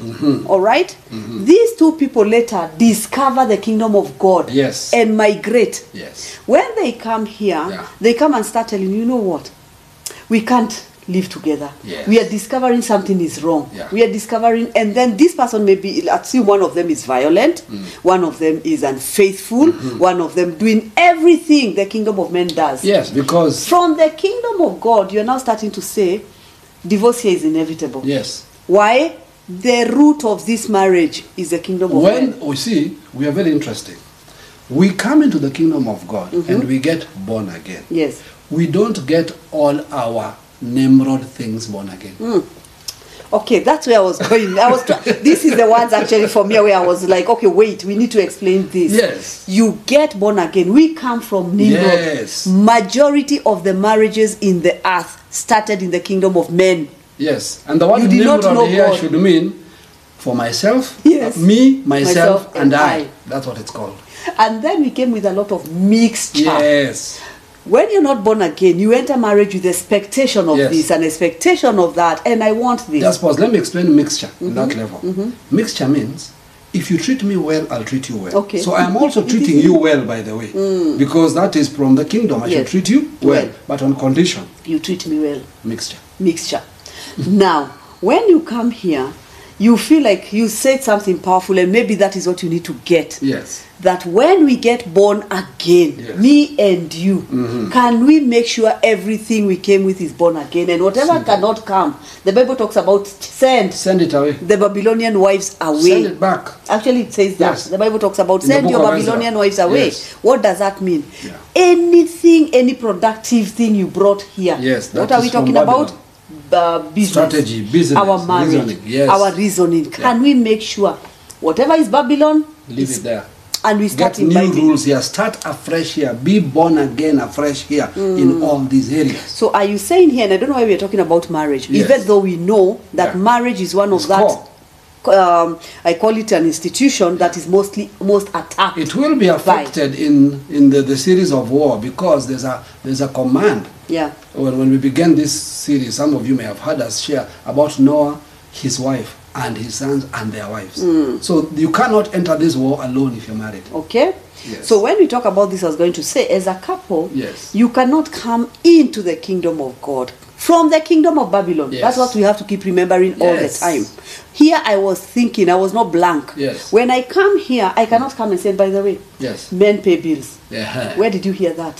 all right? These two people later discover the kingdom of God
Yes.
and migrate.
Yes.
When they come here,
Yeah.
they come and start telling you, you know what? We can't live together.
Yes.
We are discovering something is wrong.
Yeah.
We are discovering, and then this person may be, let's see, one of them is violent,
Mm.
one of them is unfaithful,
Mm-hmm.
one of them doing everything the kingdom of men does
Yes, because
from the kingdom of God, you're now starting to say divorce here is inevitable.
Yes.
Why? The root of this marriage is the kingdom of
When
God.
we see, we are very interesting. We come into the kingdom of God
Mm-hmm.
and we get born again.
Yes.
We don't get all our Nimrod things born again.
Mm. Okay, that's where I was going. I was. Tra- this is the ones actually for me where I was like, okay, wait, we need to explain this.
Yes.
You get born again. We come from Nimrod.
Yes.
Majority of the marriages in the earth started in the kingdom of men.
Yes. And the word
You did not
Nimrod
know
here
God.
should mean for myself,
Yes.
uh, me, myself,
Myself
and,
and
I.
I.
That's what it's called.
And then we came with a lot of mixture.
Yes.
when you're not born again, you enter marriage with expectation of
Yes.
this and expectation of that, and I want this.
Just pause. Let me explain mixture in that
Mm-hmm.
level. Mixture means if you treat me well, I'll treat you well.
Okay.
So I'm also treating you well, by the way, because that is from the kingdom. I should
Mm. Yes.
treat you well,
Well.
but on condition.
You treat me well.
Mixture.
Mixture. now, when you come here, you feel like you said something powerful, and maybe that is what you need to get.
Yes.
That when we get born again,
Yes. Mm-hmm.
me and you, can we make sure everything we came with is born again? And whatever cannot come, the Bible talks about send
Send it away.
the Babylonian wives away.
Send it back.
Actually, it says that.
Yes.
The Bible talks about
In the
send
book
your
of Ezra.
Babylonian wives away.
Yes.
What does that mean?
Yeah.
Anything, any productive thing you brought here.
Yes, that
What are we
is from
talking
Babylon.
about? Uh, business,
Strategy, business,
our marriage,
reasoning, yes.
our reasoning. Can
Yeah.
we make sure whatever is Babylon,
Leave
is-
it there.
and we start
Get new
inviting?
rules here. Start afresh here. Be born again afresh here
Mm.
in all these areas.
So are you saying here, and I don't know why we are talking about marriage,
Yes.
even though we know that
Yeah.
marriage is one of
It's
that.
core.
Um, I call it an institution that is mostly most attacked.
It will be affected in, in the, the series of war because there's a there's a command.
Yeah.
Well, when we began this series, some of you may have heard us share about Noah, his wife, and his sons and their wives.
Mm.
So you cannot enter this war alone if you're married.
Okay?
Yes.
So when we talk about this, I was going to say, as a couple,
Yes.
you cannot come into the kingdom of God from the kingdom of Babylon.
Yes.
That's what we have to keep remembering all the
Yes.
time. Here I was thinking, I was not blank.
Yes.
When I come here, I cannot come and say, by the way,
Yes.
men pay bills.
Yeah.
Where did you hear that?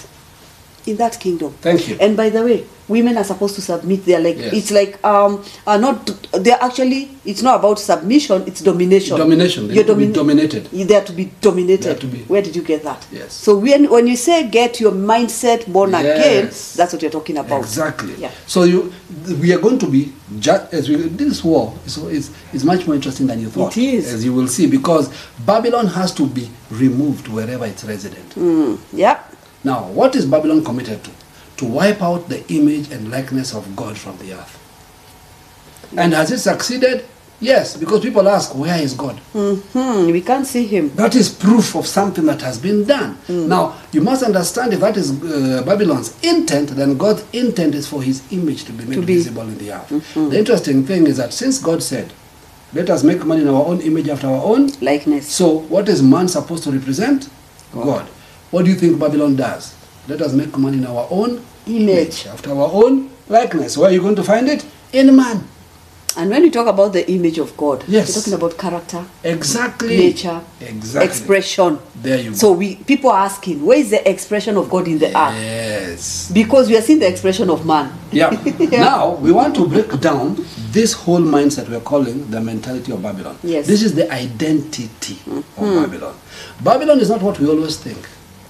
In that kingdom.
Thank you.
And by the way, women are supposed to submit. They're like
Yes.
it's like um are not they're actually it's not about submission, it's domination.
Domination. They
You're
need to be
domin-
dominated.
you- They have to be dominated.
They have to be-
Where did you get that?
Yes.
So when when you say get your mindset born again,
Yes.
that's what you're talking about.
Exactly.
Yeah.
So you, th- we are going to be just as we this war is, is is much more interesting than you thought.
It is.
as you will see, because Babylon has to be removed wherever it's resident.
Hmm. Yeah.
Now, what is Babylon committed to? To wipe out the image and likeness of God from the earth. And has it succeeded? Yes, because people ask, where is God?
Hmm. We can't see him.
That is proof of something that has been done. Now, you must understand if that is uh, Babylon's intent, then God's intent is for his image to be made
To be-
visible in the earth. The interesting thing is that since God said, Let us make man in our own image after our own.
Likeness.
So, what is man supposed to represent? God. What do you think Babylon does? Let us make man in our own
Image.
after our own likeness. Where are you going to find it? In man.
And when you talk about the image of God,
Yes.
you're talking about character,
Exactly.
nature,
Exactly.
expression.
There you go.
So we people are asking, where is the expression of God in the earth?
Yes.
Because we are seeing the expression of man.
Yeah. (laughs) Now we want to break down this whole mindset we're calling the mentality of Babylon.
Yes.
This is the identity of Babylon. Babylon is not what we always think.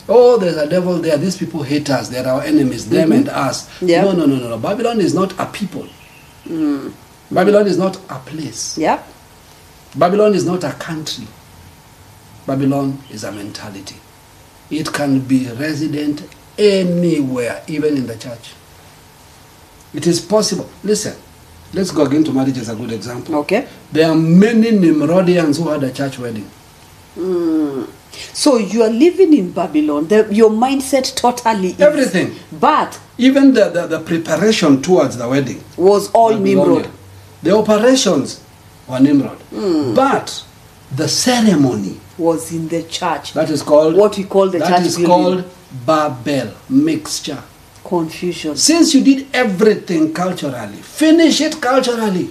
Oh, there's a devil there. These people hate us. They're our enemies. Them and us.
Yeah.
No, no, no, no, no. Babylon is not a people. Babylon is not a place.
Yeah.
Babylon is not a country. Babylon is a mentality. It can be resident anywhere, even in the church. It is possible. Listen, let's go again to marriage as a good example.
Okay.
There are many Nimrodians who had a church wedding.
So you are living in Babylon. The, your mindset totally is
Everything.
But
Even the, the, the preparation towards the wedding.
was all
Babylonian.
Nimrod.
The operations were Nimrod.
Hmm.
But the ceremony,
Was in the church.
that is called
What we call the
that
church
is
building.
called Babel mixture.
confusion.
Since you did everything culturally, finish it culturally.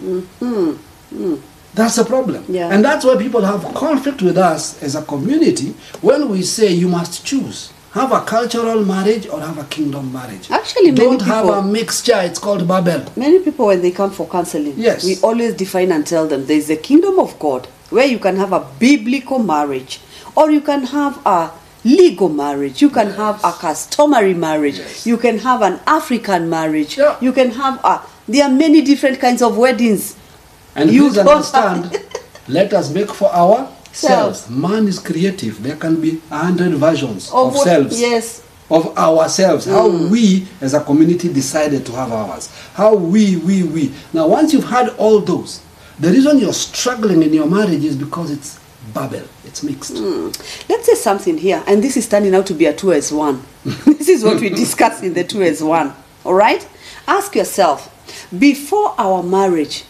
That's the problem.
Mm, Yeah.
And that's why people have conflict with us as a community when we say you must choose. Have a cultural marriage or have a kingdom marriage.
Actually, many
don't have
people-
a mixture. It's called Babel.
Many people, when they come for counseling,
Yes.
we always define and tell them there is the kingdom of God where you can have a biblical marriage, or you can have a legal marriage, you can have a customary marriage,
Yes.
you can have an African marriage,
Yeah.
you can have a. There are many different kinds of weddings.
And
You
please
don't-
understand,
(laughs)
let us make for ourselves.
Selves.
Man is creative. There can be a hundred versions
Of
of,
what-
selves.
yes.
Of ourselves. How
Mm.
we as a community decided to have ours. How we, we, we. Now once you've had all those, the reason you're struggling in your marriage is because it's bubble. It's mixed.
Mm. Let's say something here, and this is turning out to be a two as one. (laughs) this is what we discuss in the two as one. All right? Ask yourself before our marriage,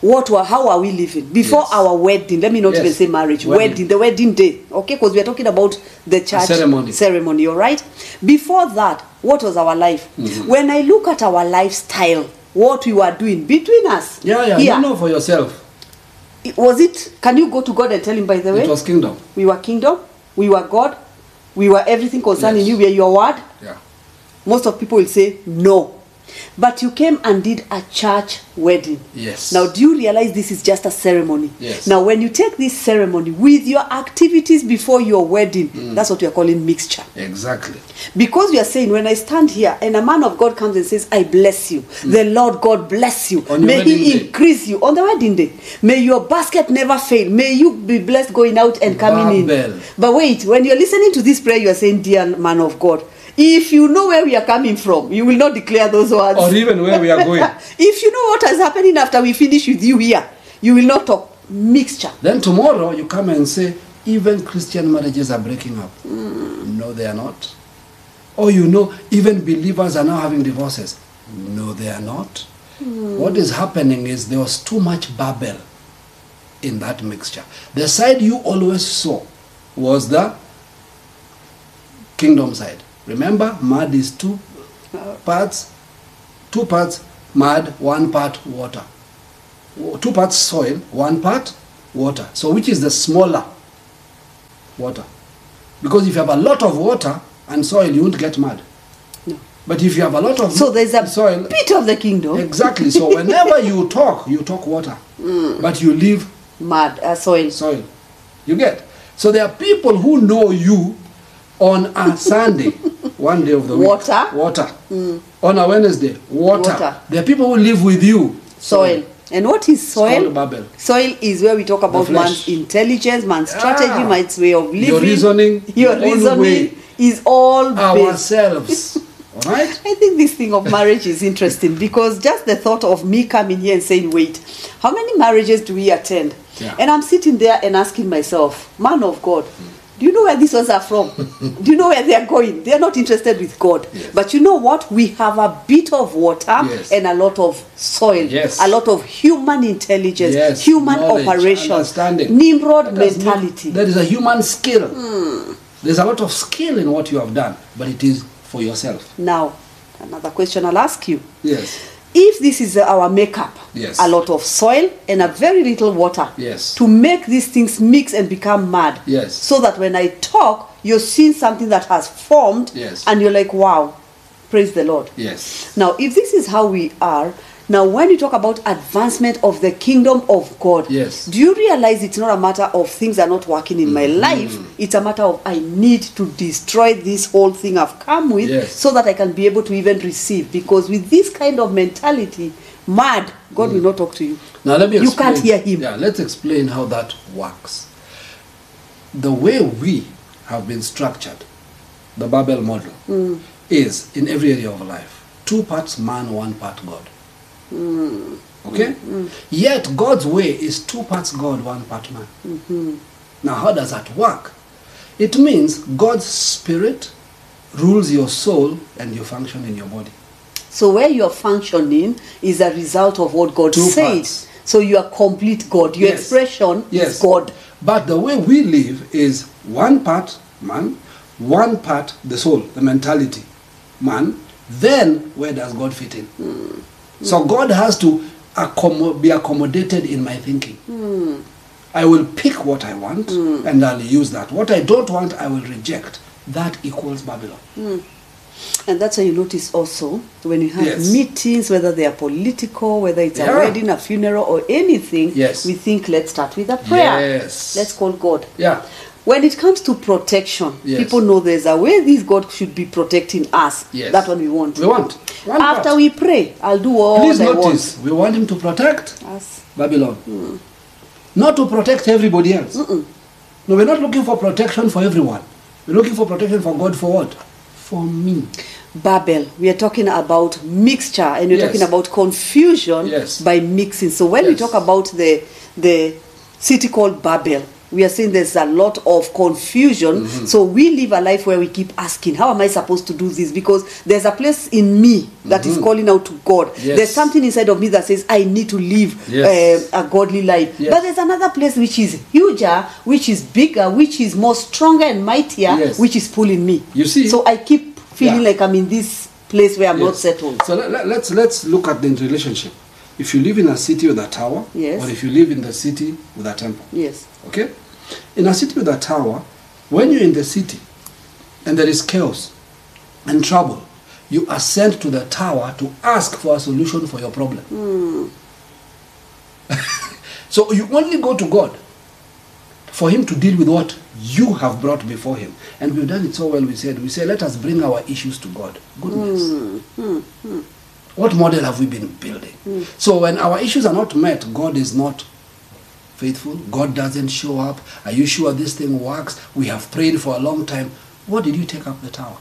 what were how are we living? Before
Hmm. Yes.
our wedding, let me not
Yes.
even say marriage,
Wedding.
wedding, the wedding day, okay? Because we are talking about the church
ceremony.
ceremony, all right? Before that, what was our life?
Mm-hmm.
When I look at our lifestyle, what we were doing between us,
Yeah, yeah.
here,
You know for yourself.
it- was it? Can you go to God and tell Him, by the way?
It was kingdom.
We were kingdom. We were God. We were everything concerning
Yes.
you. We were your word.
Yeah.
Most of people will say no. But you came and did a church wedding.
Yes.
Now, do you realize this is just a ceremony?
Yes.
Now, when you take this ceremony with your activities before your wedding,
Mm.
that's what we are calling mixture.
Exactly.
Because we are saying, when I stand here and a man of God comes and says, I bless you, the Lord God bless you,
Mm. On your
may
wedding
He
day.
increase you on the wedding day, may your basket never fail, may you be blessed going out and coming
Babel.
in. But wait, when you're listening to this prayer, you are saying, Dear man of God, if you know where we are coming from, you will not declare those words.
Or even where we are going.
(laughs) if you know what is happening after we finish with you here, you will not talk mixture.
Then tomorrow you come and say, even Christian marriages are breaking up.
Mm.
No, they are not. Or you know, even believers are now having divorces. No, they are not.
Mm.
What is happening is there was too much Babel in that mixture. The side you always saw was the kingdom side. Remember, mud is two uh, parts, two parts mud, one part water two parts soil, one part water. So which is the smaller water? Because if you have a lot of water and soil, you won't get mud.
No.
But if you have a lot of
So there's a
soil,
bit of the kingdom. (laughs)
exactly. So whenever you talk, you talk water,
Mm.
but you leave
Mud, uh, soil.
soil. You get. So there are people who know you on
(laughs)
a Sunday, one day of the week.
Water. Mm.
Water. On a Wednesday, water.
Water.
There are people who live with you.
soil. Mm. And what is soil?
called Babel.
Soil is where we talk about man's
flesh.
intelligence, man's
Yeah.
strategy, man's way of living.
Your reasoning,
Your
your own
reasoning
way.
is all based.
ourselves. (laughs) All right?
I think this thing of marriage is interesting because just the thought of me coming here and saying, wait, how many marriages do we attend?
Yeah.
And I'm sitting there and asking myself, man of God, Do you know where these ones are
(laughs)
from? Do you know where they are going? They are not interested with God.
Yes.
But you know what? We have a bit of water
Yes.
and a lot of soil,
Yes.
a lot of human intelligence,
Yes,
human
knowledge,
operations,
understanding.
Nimrod
That does not-
mentality. Hmm.
There is a human skill. There's a lot of skill in what you have done, but it is for yourself.
Now, another question I'll ask you.
Yes.
If this is our makeup,
Yes.
a lot of soil and a very little water,
Yes.
to make these things mix and become mud,
Yes.
so that when I talk, you're seeing something that has formed,
Yes.
and you're like, wow, praise the Lord.
Yes.
Now, if this is how we are, now when you talk about advancement of the kingdom of God,
Yes. Mm-hmm.
do you realize it's not a matter of things are not working in my life? It's a matter of I need to destroy this whole thing I've come with
Yes.
so that I can be able to even receive. Because with this kind of mentality, mad, God will not talk to you.
Mm. Now let me
You
explain.
can't hear him.
Yeah, let's explain how that works. The way we have been structured, the Babel model,
Hmm.
is in every area of life. Two parts man, one part God.
Hmm.
Okay? Yet God's way is two parts God, one part man.
Hmm,
Now, how does that work? It means God's spirit rules your soul and you function in your body.
So where you're functioning is a result of what God
Two
said.
parts.
So you are complete God. Your
Yes.
expression
Yes.
is God.
But the way we live is one part man, one part the soul, the mentality, man. Then where does God fit in?
Hmm.
So God has to accommo- be accommodated in my thinking.
Hmm.
I will pick what I want and I'll use that. What I don't want, I will reject. That equals Babylon.
And that's why you notice also when you have
Yes.
meetings, whether they are political, whether it's
Yeah.
a wedding, a funeral, or anything,
Yes.
we think let's start with a prayer.
Yes.
Let's call God.
Yeah.
When it comes to protection,
Yes.
people know there's a way this God should be protecting us.
Yes.
That one we want.
We want. One
After
part.
we pray, I'll do all
Please
I
notice, we want him to protect.
want. Us.
Babylon.
Mm.
Not to protect everybody else. No, we're not looking for protection for everyone. We're looking for protection for God for what? For me.
Babel. We are talking about mixture and we're
Yes.
talking about confusion
Yes.
by mixing. So when we
Yes.
talk about the the city called Babel, we are saying there's a lot of confusion.
Mm-hmm.
So we live a life where we keep asking, How am I supposed to do this? Because there's a place in me that is calling out to God.
Mm-hmm. Yes.
There's something inside of me that says I need to live
Yes.
uh, a godly life.
Yes.
But there's another place which is huger, which is bigger, which is more stronger and mightier,
Yes.
which is pulling me.
You see?
So I keep feeling
Yeah.
like I'm in this place where I'm not
Yes.
settled.
So let, us let's look at the relationship. If you live in a city with a tower,
Yes.
or if you live in the city with a temple.
Yes.
Okay? In a city with a tower, when you're in the city and there is chaos and trouble, you are sent to the tower to ask for a solution for your problem. (laughs) so you only go to God for Him to deal with what you have brought before Him. And we've done it so well, we said, we say, let us bring our issues to God. Goodness. What model have we been building? So when our issues are not met, God is not faithful. God doesn't show up. Are you sure this thing works? We have prayed for a long time. What did you take up the tower?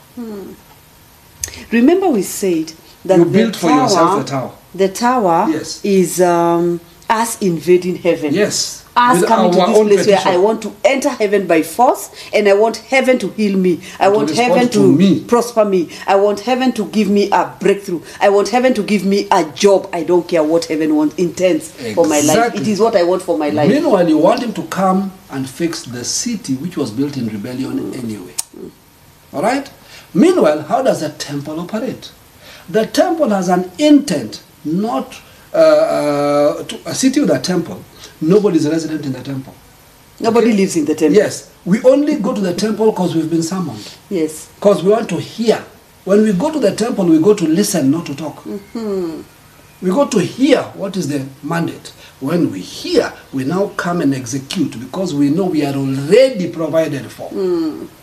Remember, we said that
You
the
built for
tower,
yourself the tower.
The tower
Yes.
is um, us invading heaven.
Yes.
Us
With
coming to
our
this
own
place
petition.
where I want to enter heaven by force and I want heaven to heal me. I
And to
want
respond
heaven
to me.
prosper me. I want heaven to give me a breakthrough. I want heaven to give me a job. I don't care what heaven wants, intends for my life.
Exactly.
It is what I want for my life.
Meanwhile, you want him to come and fix the city which was built in rebellion anyway. All right? Meanwhile, how does the temple operate? The temple has an intent, not uh, uh, to a city with a temple. Nobody's resident in the temple.
Nobody lives in the temple.
Yes, we only go to the temple because we've been summoned.
Yes.
Because we want to hear. When we go to the temple, we go to listen, not to talk. We go to hear what is the mandate. When we hear, we now come and execute because we know we are already provided for.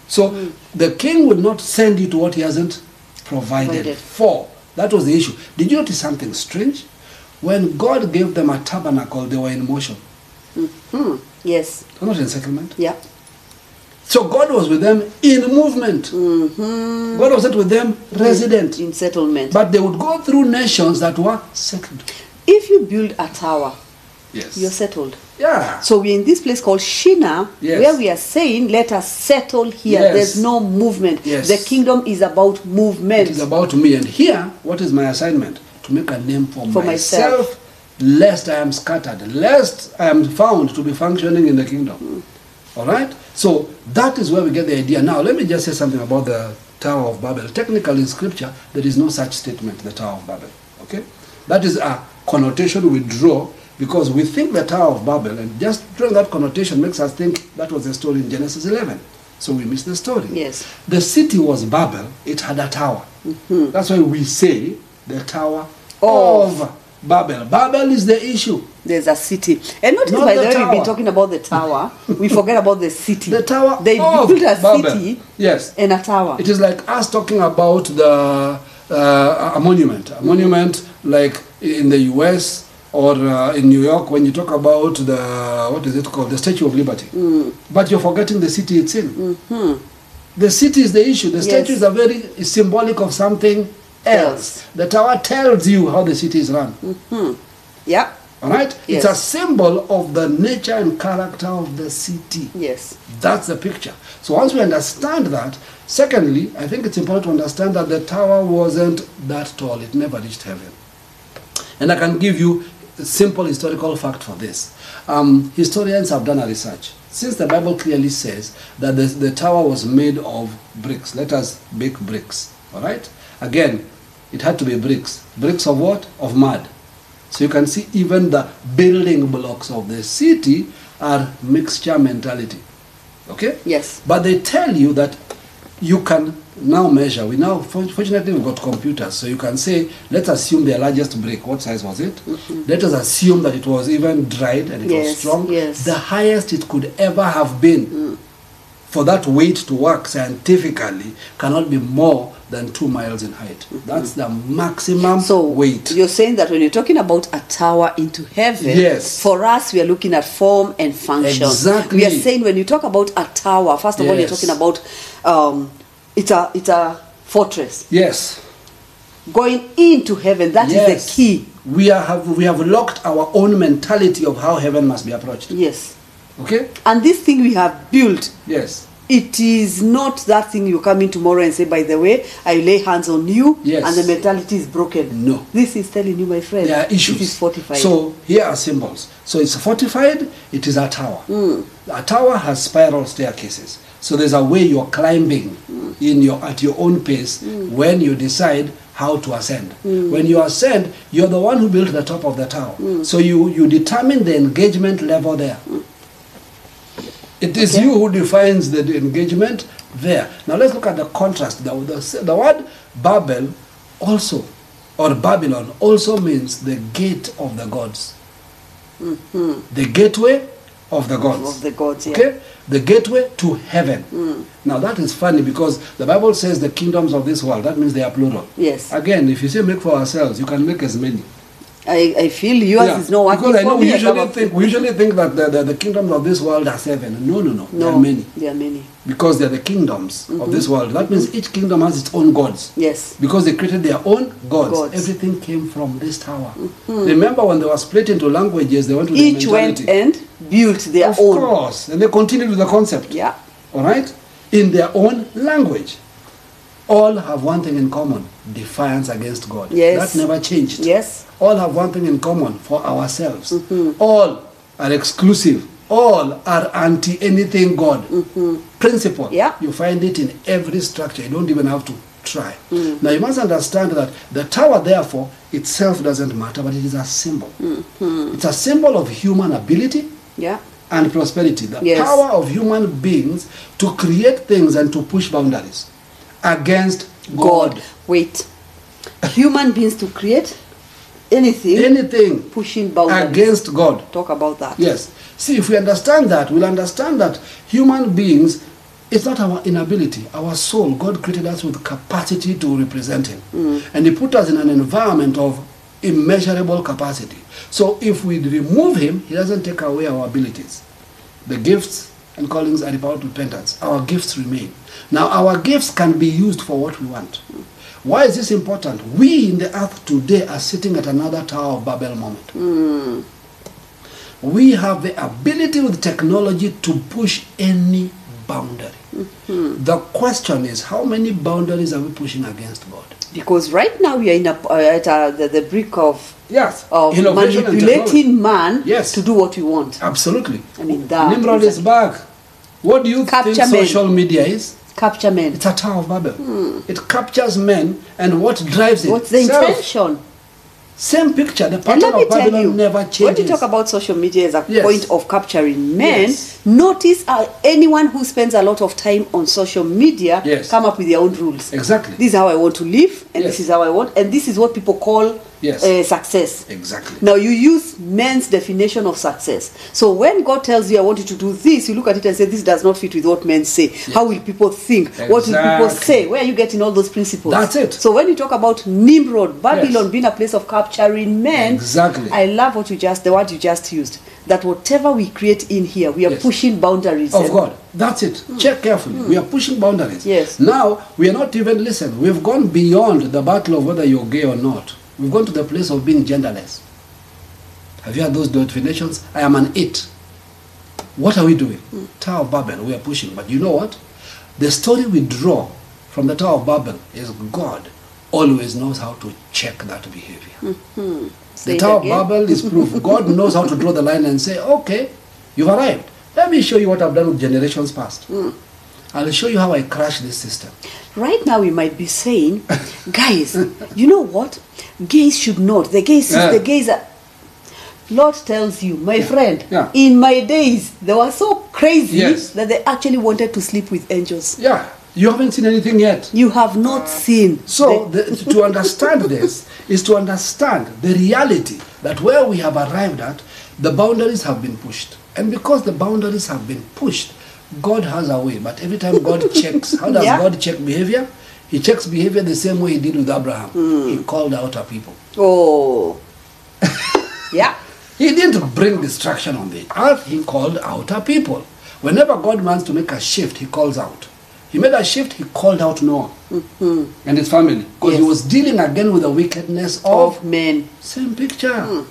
So the king would not send you to what he hasn't provided,
Provided.
for. That was the issue. Did you notice something strange? When God gave them a tabernacle, they were in motion.
Hmm. Yes.
They're not in settlement.
Yeah.
So God was with them in movement. God was not with them resident.
In settlement.
But they would go through nations that were settled.
if you build a tower
Yes.
you're settled.
Yeah.
So we're in this place called Shina,
Yes.
where we are saying, let us settle here.
Yes.
There's no movement.
Yes.
The kingdom is about movement.
It is about me. And here, what is my assignment? To make a name for,
For myself.
lest I am scattered, lest I am found to be functioning in the kingdom. All right? So that is where we get the idea. Now, let me just say something about the Tower of Babel. Technically, in scripture, there is no such statement, the Tower of Babel. Okay? That is a connotation we draw because we think the Tower of Babel, and just drawing that connotation makes us think that was a story in Genesis 11. So we miss the story.
Yes.
The city was Babel, it had a tower. That's why we say the Tower
Of.
of Babel. Babel is the issue.
There's a city. And notice
Not
by
the
the way we've been
tower.
talking about the
(laughs)
tower, we forget about the city.
The tower
They
of
built a
Babel.
city
Yes.
and a tower.
It is like us talking about the uh, a monument, a monument like in the U.S. or uh, in New York when you talk about the what is it called, the Statue of Liberty.
Mm.
But you're forgetting the city it's in. The city is the issue. The
Mm-hmm. Yes.
statues are very symbolic of something
Else.
else. The tower tells you how the city is run.
yeah.
All right,
Yes.
it's a symbol of the nature and character of the city.
Yes.
That's the picture. So once we understand that, secondly, I think it's important to understand that the tower wasn't that tall. It never reached heaven. And I can give you a simple historical fact for this. Um, historians have done a research. Since the Bible clearly says that the, the tower was made of bricks, let us bake bricks. All right? Again, it had to be bricks. Bricks of what? Of mud. So you can see even the building blocks of the city are mixture mentality. Okay?
Yes.
But they tell you that you can now measure. We now, fort- fortunately, we've got computers, so you can say, let's assume the largest brick. What size was it? Let us assume that it was even dried and it
Mm-hmm. Yes,
was strong.
yes. Mm.
The highest it could ever have been for that weight to work scientifically cannot be more than two miles in height. That's the maximum
Mm-hmm. So
weight.
you're saying that when you're talking about a tower into heaven,
Yes.
for us we are looking at form and function.
Exactly.
We are saying when you talk about a tower, first of all you're
Yes.
talking about um, it's a it's a fortress.
Yes.
Going into heaven, That is
yes.
the key.
We are have we have locked our own mentality of how heaven must be approached.
Yes.
Okay?
And this thing we have built
Yes.
it is not that thing you come in tomorrow and say, by the way, I lay hands on you
Yes.
and the mentality is broken.
No.
This is telling you, my friend,
There are issues.
it is fortified.
So here are symbols. So it's fortified. It is a tower.
Hmm.
A tower has spiral staircases. So there's a way you're climbing
Hmm.
in your at your own pace when you decide how to ascend.
Hmm.
When you ascend, you're the one who built the top of the tower. So you you determine the engagement level there.
Hmm.
It is
Okay.
you who defines the engagement there. Now let's look at the contrast. The, the, the word Babel also, or Babylon, also means the gate of the gods. The gateway of the gods.
Mm-hmm. Of the gods, yeah. Mm.
Okay? The gateway to heaven. Now that is funny because the Bible says the kingdoms of this world, that means they are plural.
Yes.
Again, if you say make for ourselves, you can make as many.
I, I feel yours
Yeah,
is not working
because I
for
know
me.
we
I
usually
(laughs) cannot-
think we usually think that the, the, the kingdoms of this world are seven. No, no, no.
no,
There are many
Oh, There are many.
because they're the kingdoms of this world. That means each kingdom has its own gods.
Mm-hmm. Yes.
Because they created their own gods.
Gods. Mm-hmm.
Everything came from this tower. Remember when they were split into languages, they went to
Each
the
went
mentality.
and built their
of
own.
course. And they continued with the concept.
Yeah.
All right? In their own language. All have one thing in common defiance against God.
Yes.
That never changed.
Yes. Mm-hmm.
All have one thing in common for ourselves. All are exclusive. All are anti anything God. Principle.
Mm-hmm. Yeah.
You find it in every structure. You don't even have to try.
Mm.
Now you must understand that the tower, therefore, itself doesn't matter, but it is a symbol.
Mm-hmm.
It's a symbol of human ability
Yeah.
and prosperity, the
Yes.
power of human beings to create things and to push boundaries against God.
God. Wait. Human beings to create anything,
Anything
pushing boundaries.
against God.
Talk about that.
Yes. See, if we understand that, we'll understand that human beings, it's not our inability, our soul. God created us with capacity to represent Him. And He put us in an environment of immeasurable capacity. So if we remove Him, He doesn't take away our abilities. The gifts and callings are about repentance. Our gifts remain. Now, our gifts can be used for what we want. Why is this important? We in the earth today are sitting at another Tower of Babel moment. we have the ability with technology to push any boundary.
Mm-hmm.
The question is, how many boundaries are we pushing against God?
Because right now we are in a, uh, at uh, the, the brink of,
Yes.
of
Innovation and technology.
manipulating man
Yes.
to do what we want.
Absolutely.
I mean, that
Nimrod
is
is back. What do you
Capture
think
men.
social media is?
Capture men.
It's a Tower of Babel. It captures men, and what drives it?
What's the
Self.
intention?
Same picture. The
And
pattern
let me
of
tell you,
Babylon never changes.
when you talk about social media as a
Yes.
point of capturing men,
Yes.
notice uh, anyone who spends a lot of time on social media
Yes.
come up with their own rules.
Exactly.
This is how I want to live, and
Yes.
this is how I want, and this is what people call
Yes.
uh, success.
Exactly.
Now you use men's definition of success. So when God tells you, "I want you to do this," you look at it and say, "This does not fit with what men say." How will people think? What will people
Exactly.
say? Where are you getting all those principles?
That's it.
So when you talk about Nimrod, Babylon
Yes.
being a place of capturing men,
Exactly.
I love what you just the word you just used. That whatever we create in here, we are
Yes.
pushing boundaries.
Of
and-
God. That's it. Check carefully. We are pushing boundaries.
Yes.
Now, we are not even, listen, we've gone beyond the battle of whether you're gay or not. We've gone to the place of being genderless. Have you heard those definitions? I am an it. What are we doing? Tower of Babel, we are pushing. But you know what? The story we draw from the Tower of Babel is God always knows how to check that behavior.
Say
The
it
Tower of
again.
Babel is proof. God knows how to draw the line and say, okay, you've arrived. Let me show you what I've done with generations past. I'll show you how I crashed this system.
Right now, we might be saying, guys, you know what? Gays should not. The gays,
Yeah.
the gays are. Lord tells you, my friend,
Yeah.
in my days, they were so crazy
Yes.
that they actually wanted to sleep with angels.
Yeah, you haven't seen anything yet.
You have not seen.
So,
the-
the, to understand this is to understand the reality that where we have arrived at, the boundaries have been pushed. And because the boundaries have been pushed, God has a way. But every time God checks, how does
Yeah.
God check behavior? He checks behavior the same way he did with Abraham. He called out a people.
oh. (laughs) yeah.
He didn't bring destruction on the earth, he called out a people. Whenever God wants to make a shift, he calls out. He made a shift, he called out Noah and his family because he
Mm-hmm. Yes. Oh.
was dealing again with the wickedness of.
Of men.
Same picture.
Hmm.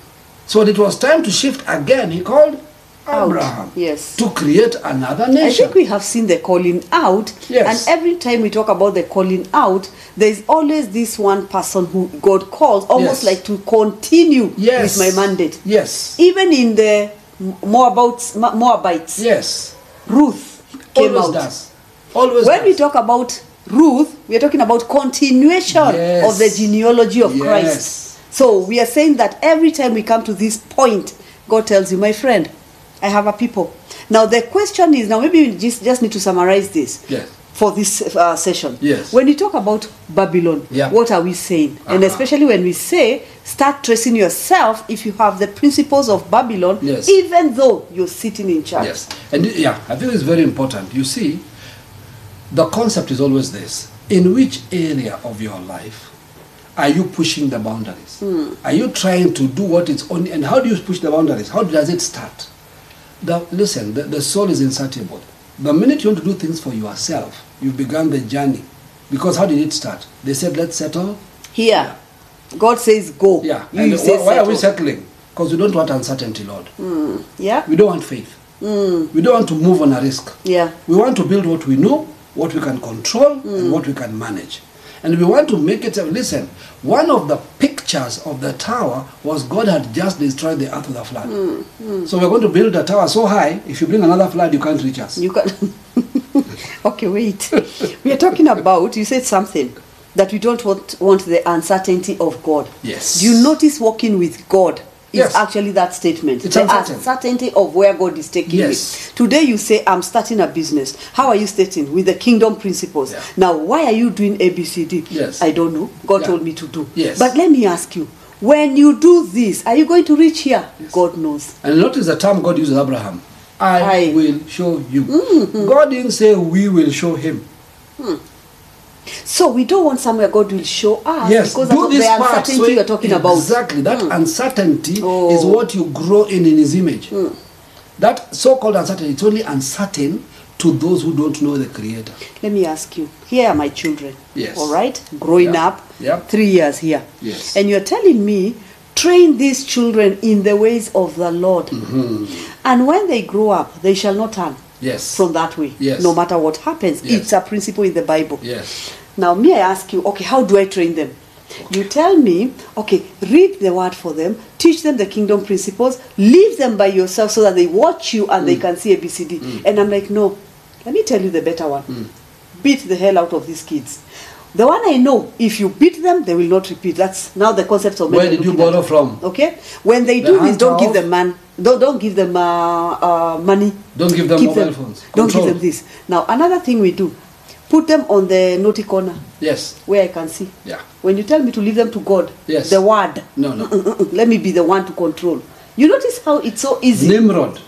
So it was time to shift again. He called
Out,
Abraham
yes.
to create another
I
nation.
think we have seen the calling out,
Yes.
and every time we talk about the calling out, there is always this one person who God calls, almost
Yes.
like to continue
yes.
with my mandate.
Yes.
Even in the Moabites, Mo- Moabites
Yes.
Ruth came
Always
out.
does. Always
When
does.
we talk about Ruth, we are talking about continuation
Yes.
of the genealogy of
Yes.
Christ. So we are saying that every time we come to this point, God tells you, my friend, I have a people. Now the question is, now maybe we just, just need to summarize this
Yes.
for this uh, session.
Yes.
When you talk about Babylon,
Yeah.
what are we saying? And
Uh-huh.
especially when we say, start tracing yourself if you have the principles of Babylon,
Yes.
even though you're sitting in church.
Yes, and yeah, I think it's very important. You see, the concept is always this: in which area of your life are you pushing the boundaries?
Hmm.
Are you trying to do what is only? And how do you push the boundaries? How does it start? The, listen, the, the soul is insatiable. The minute you want to do things for yourself, you've begun the journey. Because how did it start? They said, let's settle.
Here, God says go.
Yeah.
You
and wh-
say
why, are we
settle. Hmm.
settling? Because we don't want uncertainty, Lord.
Yeah.
We don't want faith. We don't want to move on a risk.
Hmm. Yeah.
We want to build what we know, what we can control,
Hmm.
and what we can manage. And we want to make it. Listen, one of the pictures of the tower was God had just destroyed the earth with a flood.
Hmm,
So we're going to build a tower so high, if you bring another flood, you can't reach us.
You can. (laughs) okay, wait. we are talking about. You said something that we don't want, want the uncertainty of God.
Yes.
Do you notice walking with God? Is
Yes.
actually that statement.
It's
the
uncertain.
uncertainty of where God is taking
Yes.
you. Today you say, I'm starting a business. How are you starting? With the kingdom principles.
Yeah.
Now, why are you doing ABCD?
Yes.
I don't know. God
Yeah.
told me to do.
Yes.
But let me ask you, when you do this, are you going to reach here? God knows.
And notice the term God used with Abraham. I,
I- Hmm,
will show you. God didn't say we will show him.
So we don't want somewhere God will show us
yes,
because
do
of
this
the
part.
uncertainty
so
you're talking about. Hmm. Mm.
Exactly. That uncertainty
Oh. Mm.
is what you grow in in His image. That so called uncertainty, it's only uncertain to those who don't know the Creator.
Let me ask you. Here are my children.
Yes.
All right. Growing
Yeah.
up.
Yeah.
Three years here.
Yes.
And you're telling me Train these children in the ways of the Lord.
Mm-hmm.
And when they grow up, they shall not turn
Yes.
from that way,
Yes.
no matter what happens.
Yes.
It's a principle in the Bible.
Yes.
Now, me, I ask you, okay, how do I train them? You tell me, okay, read the word for them, teach them the kingdom principles, leave them by yourself so that they watch you and
Mm.
they can see ABCD. And I'm like, no, let me tell you the better one.
Mm.
Beat the hell out of these kids. The one I know, if you beat them, they will not repeat. That's now the concept of men
Where
are
did you
looking at
borrow
it.
from?
Okay, when they
The
do this, don't
hands
give them man, don't, don't give them uh, uh, money.
Don't give them
Keep
mobile phones.
Don't
Control.
give them this. Now another thing we do, put them on the naughty corner
Yes.
where I can see.
Yeah.
When you tell me to leave them to God,
Yes.
the word, Mm,
No, no.
Mm-mm-mm-mm, let me be the one to control. You notice how it's so easy.
Nimrod,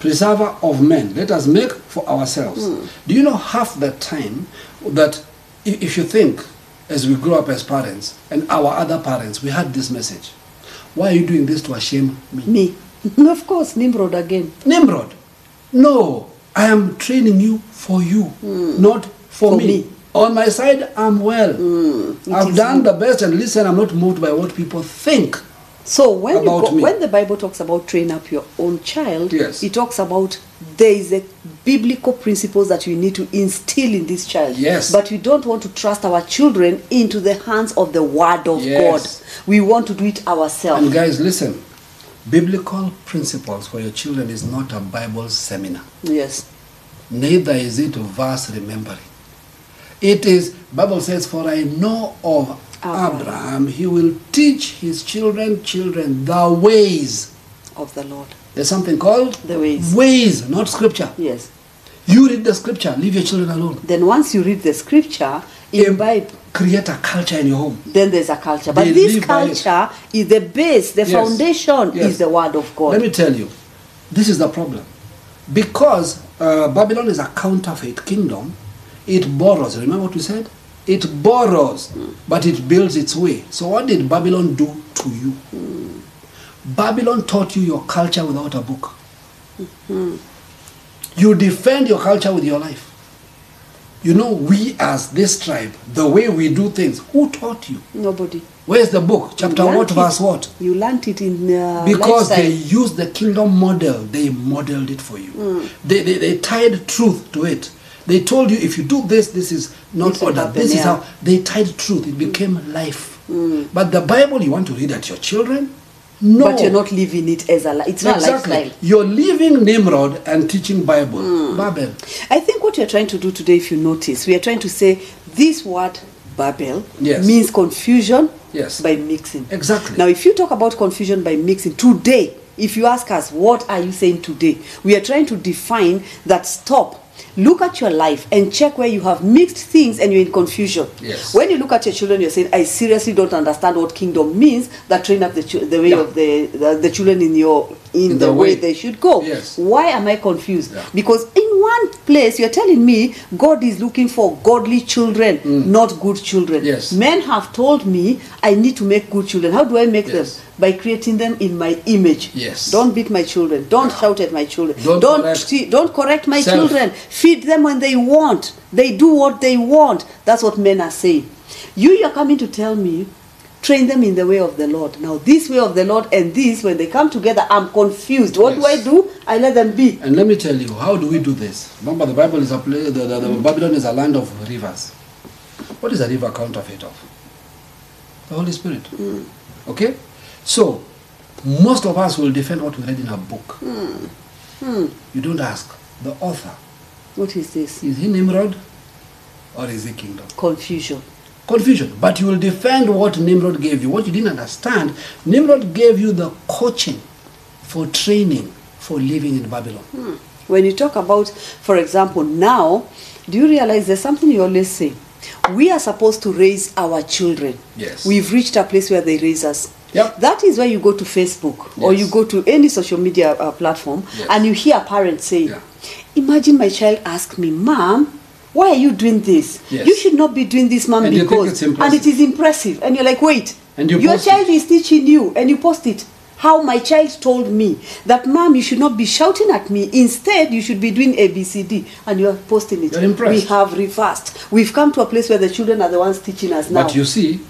preserver of men, let us make for ourselves.
Mm.
Do you know half the time that i- if you think as we grow up as parents and our other parents, we had this message Why are you doing this to shame me?
Me. (laughs) of course, Nimrod again.
Nimrod, no, I am training you for you, not for,
Hmm. For
me.
me. Hmm.
On my side, I'm well.
it
I've
is
done
you.
the best, and listen, I'm not moved by what people think.
So when you
About
go,
me.
when the Bible talks about train up your own child,
Yes.
it talks about there is a biblical principles that you need to instill in this child.
Yes.
But we don't want to trust our children into the hands of the word of
Yes.
God. We want to do it ourselves.
And guys, listen, biblical principles for your children is not a Bible seminar.
yes.
neither is it verse remembering. It is, Bible says, for I know of
Abraham.
Abraham, he will teach his children, children, the ways.
Of the Lord.
There's something called
The ways.
ways, not scripture.
Yes.
You read the scripture, leave your children alone.
then once you read the scripture imbibe
Create a culture in your home.
then there's a culture but
They
this
live by it.
culture is the base the
Yes.
foundation
Yes.
is the word of
Let me
god
tell you, this is the problem. Because uh, Babylon is a counterfeit kingdom, it borrows. Remember what we said? It borrows, but it builds its way. So, what did Babylon do to you? Babylon taught you your culture without a book. You defend your culture with your life. You know, we as this tribe, the way we do things, who taught you?
nobody
Where's the book? Chapter
You learnt
what,
it-
verse what?
you learnt it in uh,
because
lifestyle. Hmm.
they used the kingdom model they modeled it for you they, they, they tied truth to it they told you if you do this this is not
This will
order
happen,
this is
yeah. Hmm.
how they tied truth it became life but the bible you want to read at your children no
but you're not living it as a li- it's not
exactly
a lifestyle Hmm.
you're leaving nimrod and teaching bible babel
i think what you're trying to do today if you notice we are trying to say this word babel
Yes.
means confusion
Yes.
by mixing
Exactly.
now if you talk about confusion by mixing today if you ask us what are you saying today we are trying to define that stop look at your life and check where you have mixed things and you're in confusion
Yes.
when you look at your children you're saying i seriously don't understand what kingdom means that train up the, chil- the way
Yeah.
of the, the the children in your in, the, way. they should go
Yes.
why am I confused?
Yeah.
Because in one place you're telling me God is looking for godly children, not good children.
Hmm. Yes.
Men have told me I need to make good children. How do I make
Yes.
them? By creating them in my image.
Yes.
Don't beat my children. Don't shout at my children.
Don't
don't
correct.
te- don't correct my
Self.
children. Feed them when they want. They do what they want. That's what men are saying. You you're coming to tell me train them in the way of the Lord. Now this way of the Lord and this when they come together I'm confused. What
Yes.
do I do? I let them be.
and let me tell you how do we do this remember the bible is a place the, the, the babylon is a land of rivers what is a river counterfeit of the Holy Spirit. Okay? So, most of us will defend what we read in a book. You don't ask the author
What is this?
is he Nimrod or is he kingdom?
Confusion.
Confusion. But you will defend what Nimrod gave you. What you didn't understand, Nimrod gave you the coaching for training for living in Babylon.
Hmm. When you talk about, for example, now, do you realize there's something you always say? We are supposed to raise our children.
Yes.
We've reached a place where they raise us.
Yep.
That is where you go to Facebook or
Yes.
you go to any social media uh, platform
Yes.
and you hear parents saying,
Yeah.
Imagine my child ask me, Mom, why are you doing this?
Yes.
You should not be doing this, Mom,
And you think
because.
it's
and it
impressive.
is impressive. And you're like, Wait,
And you
your
post
child is teaching you and you post it. How my child told me that, Mom, you should not be shouting at me. Instead, you should be doing ABCD and you are posting it.
You're impressed.
We have reversed. We've come to a place where the children are the ones teaching us now.
But you see,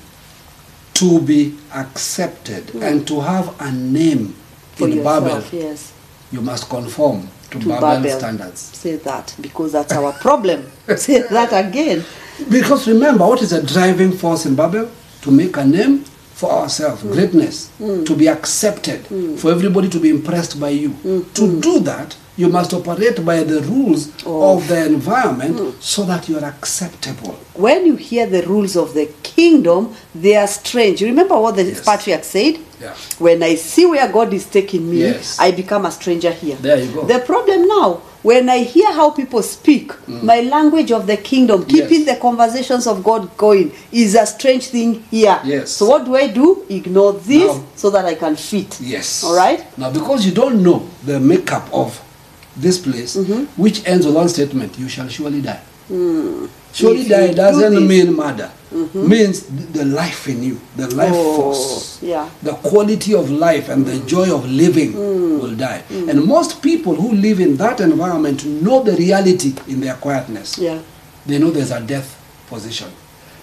to be accepted and to have a name
for
in Babel,
yourself. Yes.
you must conform to,
To
Babel,
Babel.
standards.
Say that because that's our problem. (laughs) Say that again.
Because remember, what is the driving force in Babel? To make a name for ourselves, greatness, to be accepted, for everybody to be impressed by you. To do that, you must operate by the rules of the environment so that you are acceptable.
When you hear the rules of the kingdom, they are strange. You remember what the
Yes.
patriarch said?
Yeah.
When I see where God is taking me,
Yes.
I become a stranger here.
There you go.
The problem now, when I hear how people speak, my language of the kingdom, keeping
Mm. Yes.
the conversations of God going, is a strange thing here.
Yes.
So what do I do? Ignore this
Now-
so that I can fit.
Yes.
All right.
Now, because you don't know the makeup of this place,
Mm-hmm.
which ends with one statement, you shall surely die. Surely
Hmm. If you
die
do
doesn't
this- Mm-hmm.
mean murder. Means th- the life in you, the life
Oh,
force,
yeah. Mm.
the quality of life and the joy of living will die. And most people who live in that environment know the reality in their quietness
Yeah.
they know there's a death position.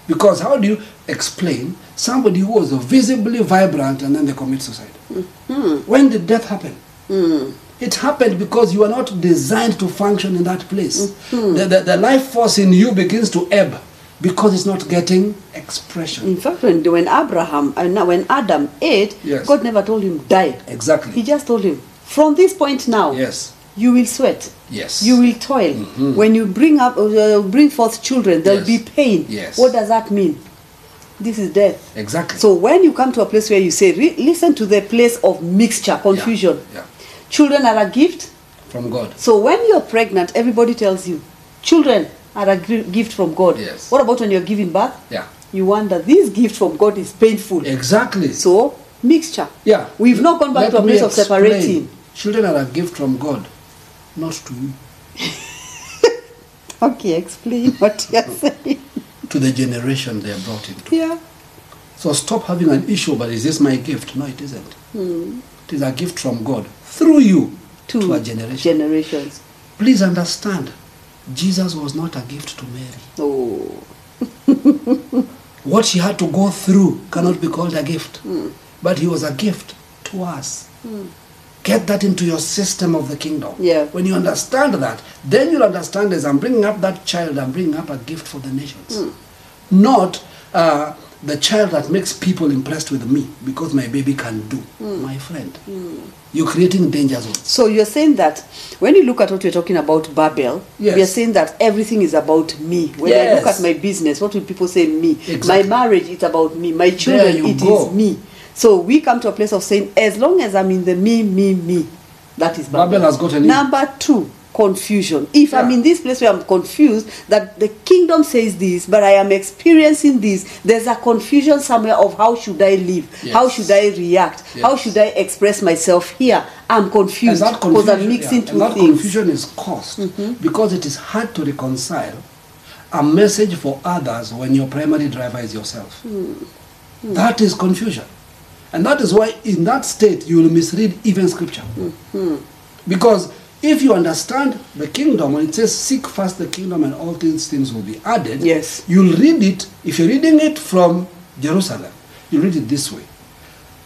Because how do you explain somebody who was visibly vibrant and then they commit suicide?
Mm-hmm.
When did death happen?
Mm.
It happened because you are not designed to function in that place.
Mm-hmm.
The, the, the life force in you begins to ebb because it's not getting expression.
In fact, when, when Abraham and now when Adam ate,
Yes.
God never told him die.
Exactly.
He just told him, from this point now,
Yes.
you will sweat.
Yes.
Mm. You will toil. When you bring up, uh, bring forth children, there'll
Yes.
be pain.
Yes.
What does that mean? This is death.
Exactly.
So when you come to a place where you say, re- listen to the place of mixture, confusion.
yeah.
Children are a gift.
From God.
So when you're pregnant, everybody tells you, children are a gri- gift from God.
Yes.
What about when you're giving birth?
Yeah.
You wonder, this gift from God is painful.
Exactly.
So mixture.
yeah.
We've not gone back
Let
to a
me
place of
explain.
separating.
Children are a gift from God, not to you.
Okay, explain what
(laughs)
you're saying.
to the generation they are brought into.
Yeah.
So stop having an issue, but is this my gift? No, it isn't. It is a gift from God through you to,
Two
a generation.
generations.
Please understand, Jesus was not a gift to Mary.
Oh.
What she had to go through cannot be called a gift, but he was a gift to us. Get that into your system of the kingdom.
Yeah.
When you understand that, then you'll understand as I'm bringing up that child, I'm bringing up a gift for the nations. Not uh, the child that makes people impressed with me because my baby can do, my friend. You're creating danger zones.
So you're saying that when you look at what you're talking about Babel,
Yes.
you're saying that everything is about me. When I look
Yes.
at my business, what will people say me?
Exactly.
My marriage, it's about me. My children,
you
it is
go.
me. So we come to a place of saying, as long as I'm in the me, me, me, that is Babel.
Babel has gotten in.
Number two, confusion. If I'm
Yeah.
in this place where I'm confused, that the kingdom says this, but I am experiencing this, there's a confusion somewhere of how should I live? How
Yes.
should I react? How
Yes.
should I express myself here? I'm confused
And that
because I'm
confusion,
mixing
yeah,
two
and that
things. Mm-hmm.
confusion is caused because it is hard to reconcile a message for others when your primary driver is yourself.
Hmm.
That is confusion. And that is why, in that state, you will misread even scripture.
Hmm.
Because if you understand the kingdom, when it says seek first the kingdom and all these things will be added,
Yes.
you'll read it, if you're reading it from Jerusalem, you read it this way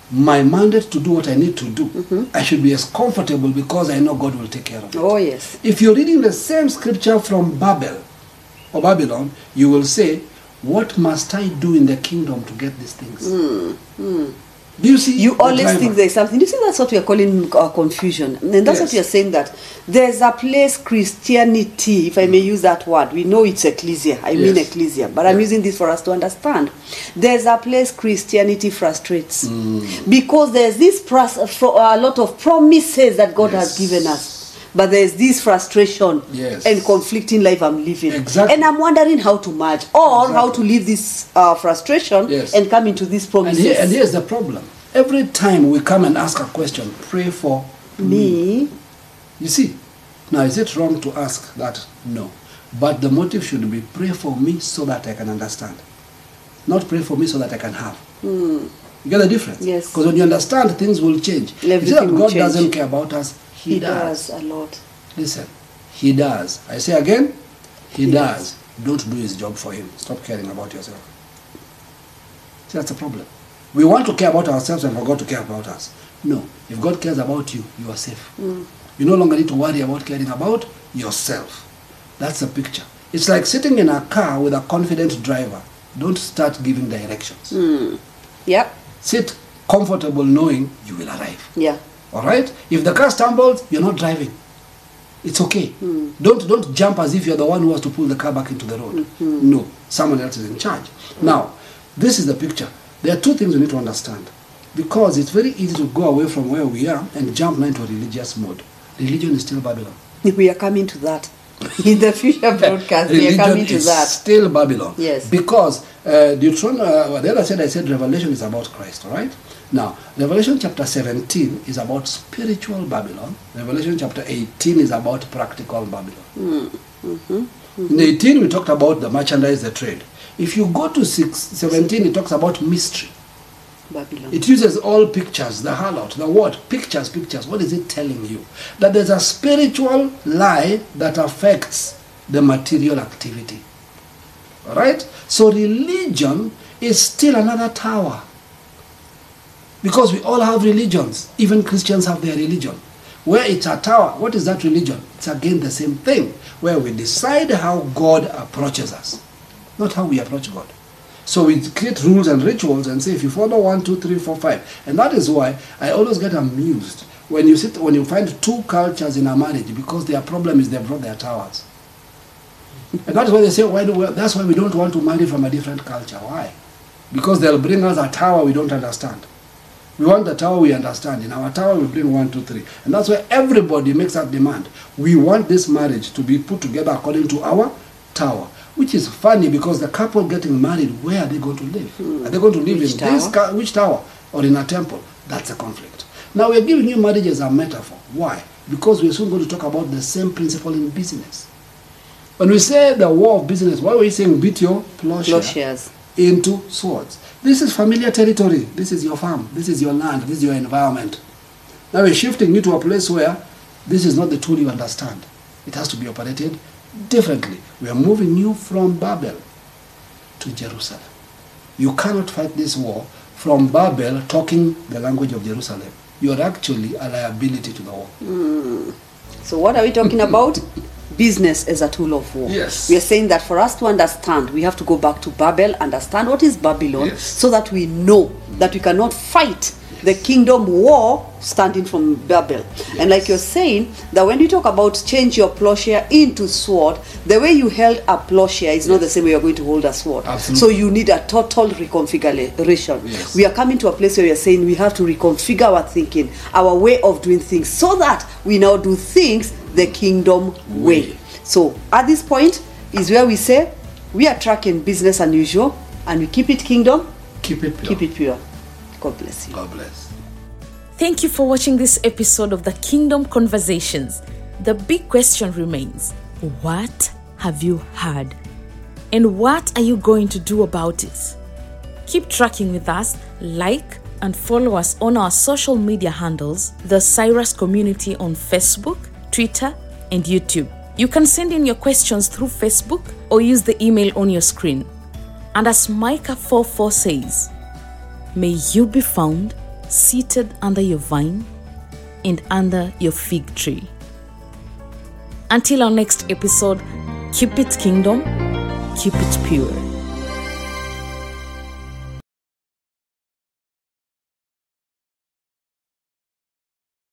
my mandate to do what I need to do, I should be as comfortable because I know God will take care of it.
Oh yes.
If you're reading the same scripture from Babel or Babylon, you will say, What must I do in the kingdom to get these things? Do you see?
Hmm, You
the
always
driver?
think there's something. You see, that's what we are calling uh, confusion, and that's what
Yes.
we are saying. That there's a place Christianity, if I may use that word. We know it's ecclesia. I mean
Mm. Yes.
ecclesia, but I'm
Yeah.
using this for us to understand. There's a place Christianity frustrates
Mm.
because there's this pros- fro- a lot of promises that God has
Yes.
given us, but there's this frustration
Yes.
and conflicting life I'm living,
Exactly.
and I'm wondering how to merge or how to leave this uh, frustration
Yes.
and come into this promise.
And, here, and here's the problem. Every time we come and ask a question, pray for
me
You see, now is it wrong to ask that? No. But the motive should be pray for me so that I can understand. Not pray for me so that I can have. You get the difference?
Hmm. Yes.
Because when you understand, things will change. It's not
Everything
that
will
God
change.
doesn't care about us, He,
he
does.
does a lot
Listen, He does. I say again, He,
He
does. Don't do His job for Him. Stop caring about yourself. See, that's the problem. We want to care about ourselves and for God to care about us. No. If God cares about you, you are safe. You no longer need to worry about caring about yourself. That's the picture. It's like sitting in a car with a confident driver. Don't start giving directions.
Yep.
Sit comfortable knowing you will arrive.
Yeah. (laughs)
All right? If the car stumbles, you're not driving. It's okay. Don't don't jump as if you're the one who has to pull the car back into the road. No, someone else is in charge. Now, this is the picture. There are two things we need to understand. Because it's very easy to go away from where we are and jump now into a religious mode. Religion is still Babylon.
We are coming to that. (laughs) In the future (laughs) broadcast, we are
Religion
coming to
is
that.
still Babylon.
Yes.
Because uh, Deuteronomy, uh, the other said, I said Revelation is about Christ, all right? Now, Revelation chapter 17 is about spiritual Babylon. Revelation chapter 18 is about practical Babylon.
Mm-hmm.
In 18, we talked about the merchandise, the trade. If you go to six, 17, it talks about mystery.
Babylon.
It uses all pictures, the harlot, the what? Pictures, pictures. What is it telling you? That there's a spiritual lie that affects the material activity. Alright? So religion is still another tower. Because we all have religions. Even Christians have their religion. Where it's a tower, what is that religion? It's again the same thing. Where we decide how God approaches us, not how we approach God. So we create rules and rituals and say, if you follow one, two, three, four, five. And that is why I always get amused when you sit when you find two cultures in a marriage because their problem is they brought their towers. And that's why they say, why do we, that's why we don't want to marry from a different culture. Why? Because they'll bring us a tower we don't understand. We want the tower we understand. In our tower, we bring one, two, three. And that's why everybody makes that demand. We want this marriage to be put together according to our tower. Which is funny because the couple getting married, where are they going to live? Are they going to live
Hmm. Which
in
tower?
this ca- which tower or in a temple? That's a conflict. Now we're giving you marriage as a metaphor. Why? Because we're soon going to talk about the same principle in business. When we say the war of business, why are we saying beat your plowshare,
Plowshares.
into swords? This is familiar territory. This is your farm. This is your land. This is your environment. Now we're shifting you to a place where this is not the tool you understand. It has to be operated differently. We are moving you from Babel to Jerusalem. You cannot fight this war from Babel talking the language of Jerusalem. You are actually a liability to the war.
So what are we talking
(laughs)
about? Business as a tool of war.
Yes.
We are saying that for us to understand, we have to go back to Babel, understand what is Babylon,
Yes.
so that we know that we cannot fight the kingdom war standing from Babel. And like you're saying, that when you talk about change your plowshare into sword, the way you held a plowshare is not the same way you're going to hold a sword.
Absolutely.
So you need a total reconfiguration.
Yes.
We are coming to a place where we are saying we have to reconfigure our thinking, our way of doing things, so that we now do things the kingdom way.
Way.
So at this point is where we say we are tracking business unusual and we keep it kingdom,
Keep it pure.
keep it pure. God bless you.
God bless.
Thank you for watching this episode of the Kingdom Conversations. The big question remains what have you heard? And what are you going to do about it? Keep tracking with us, like and follow us on our social media handles, the Cyrus Community on Facebook, Twitter, and YouTube. You can send in your questions through Facebook or use the email on your screen. And as Micah 44 says, May you be found seated under your vine and under your fig tree. Until our next episode, keep it kingdom, keep it pure.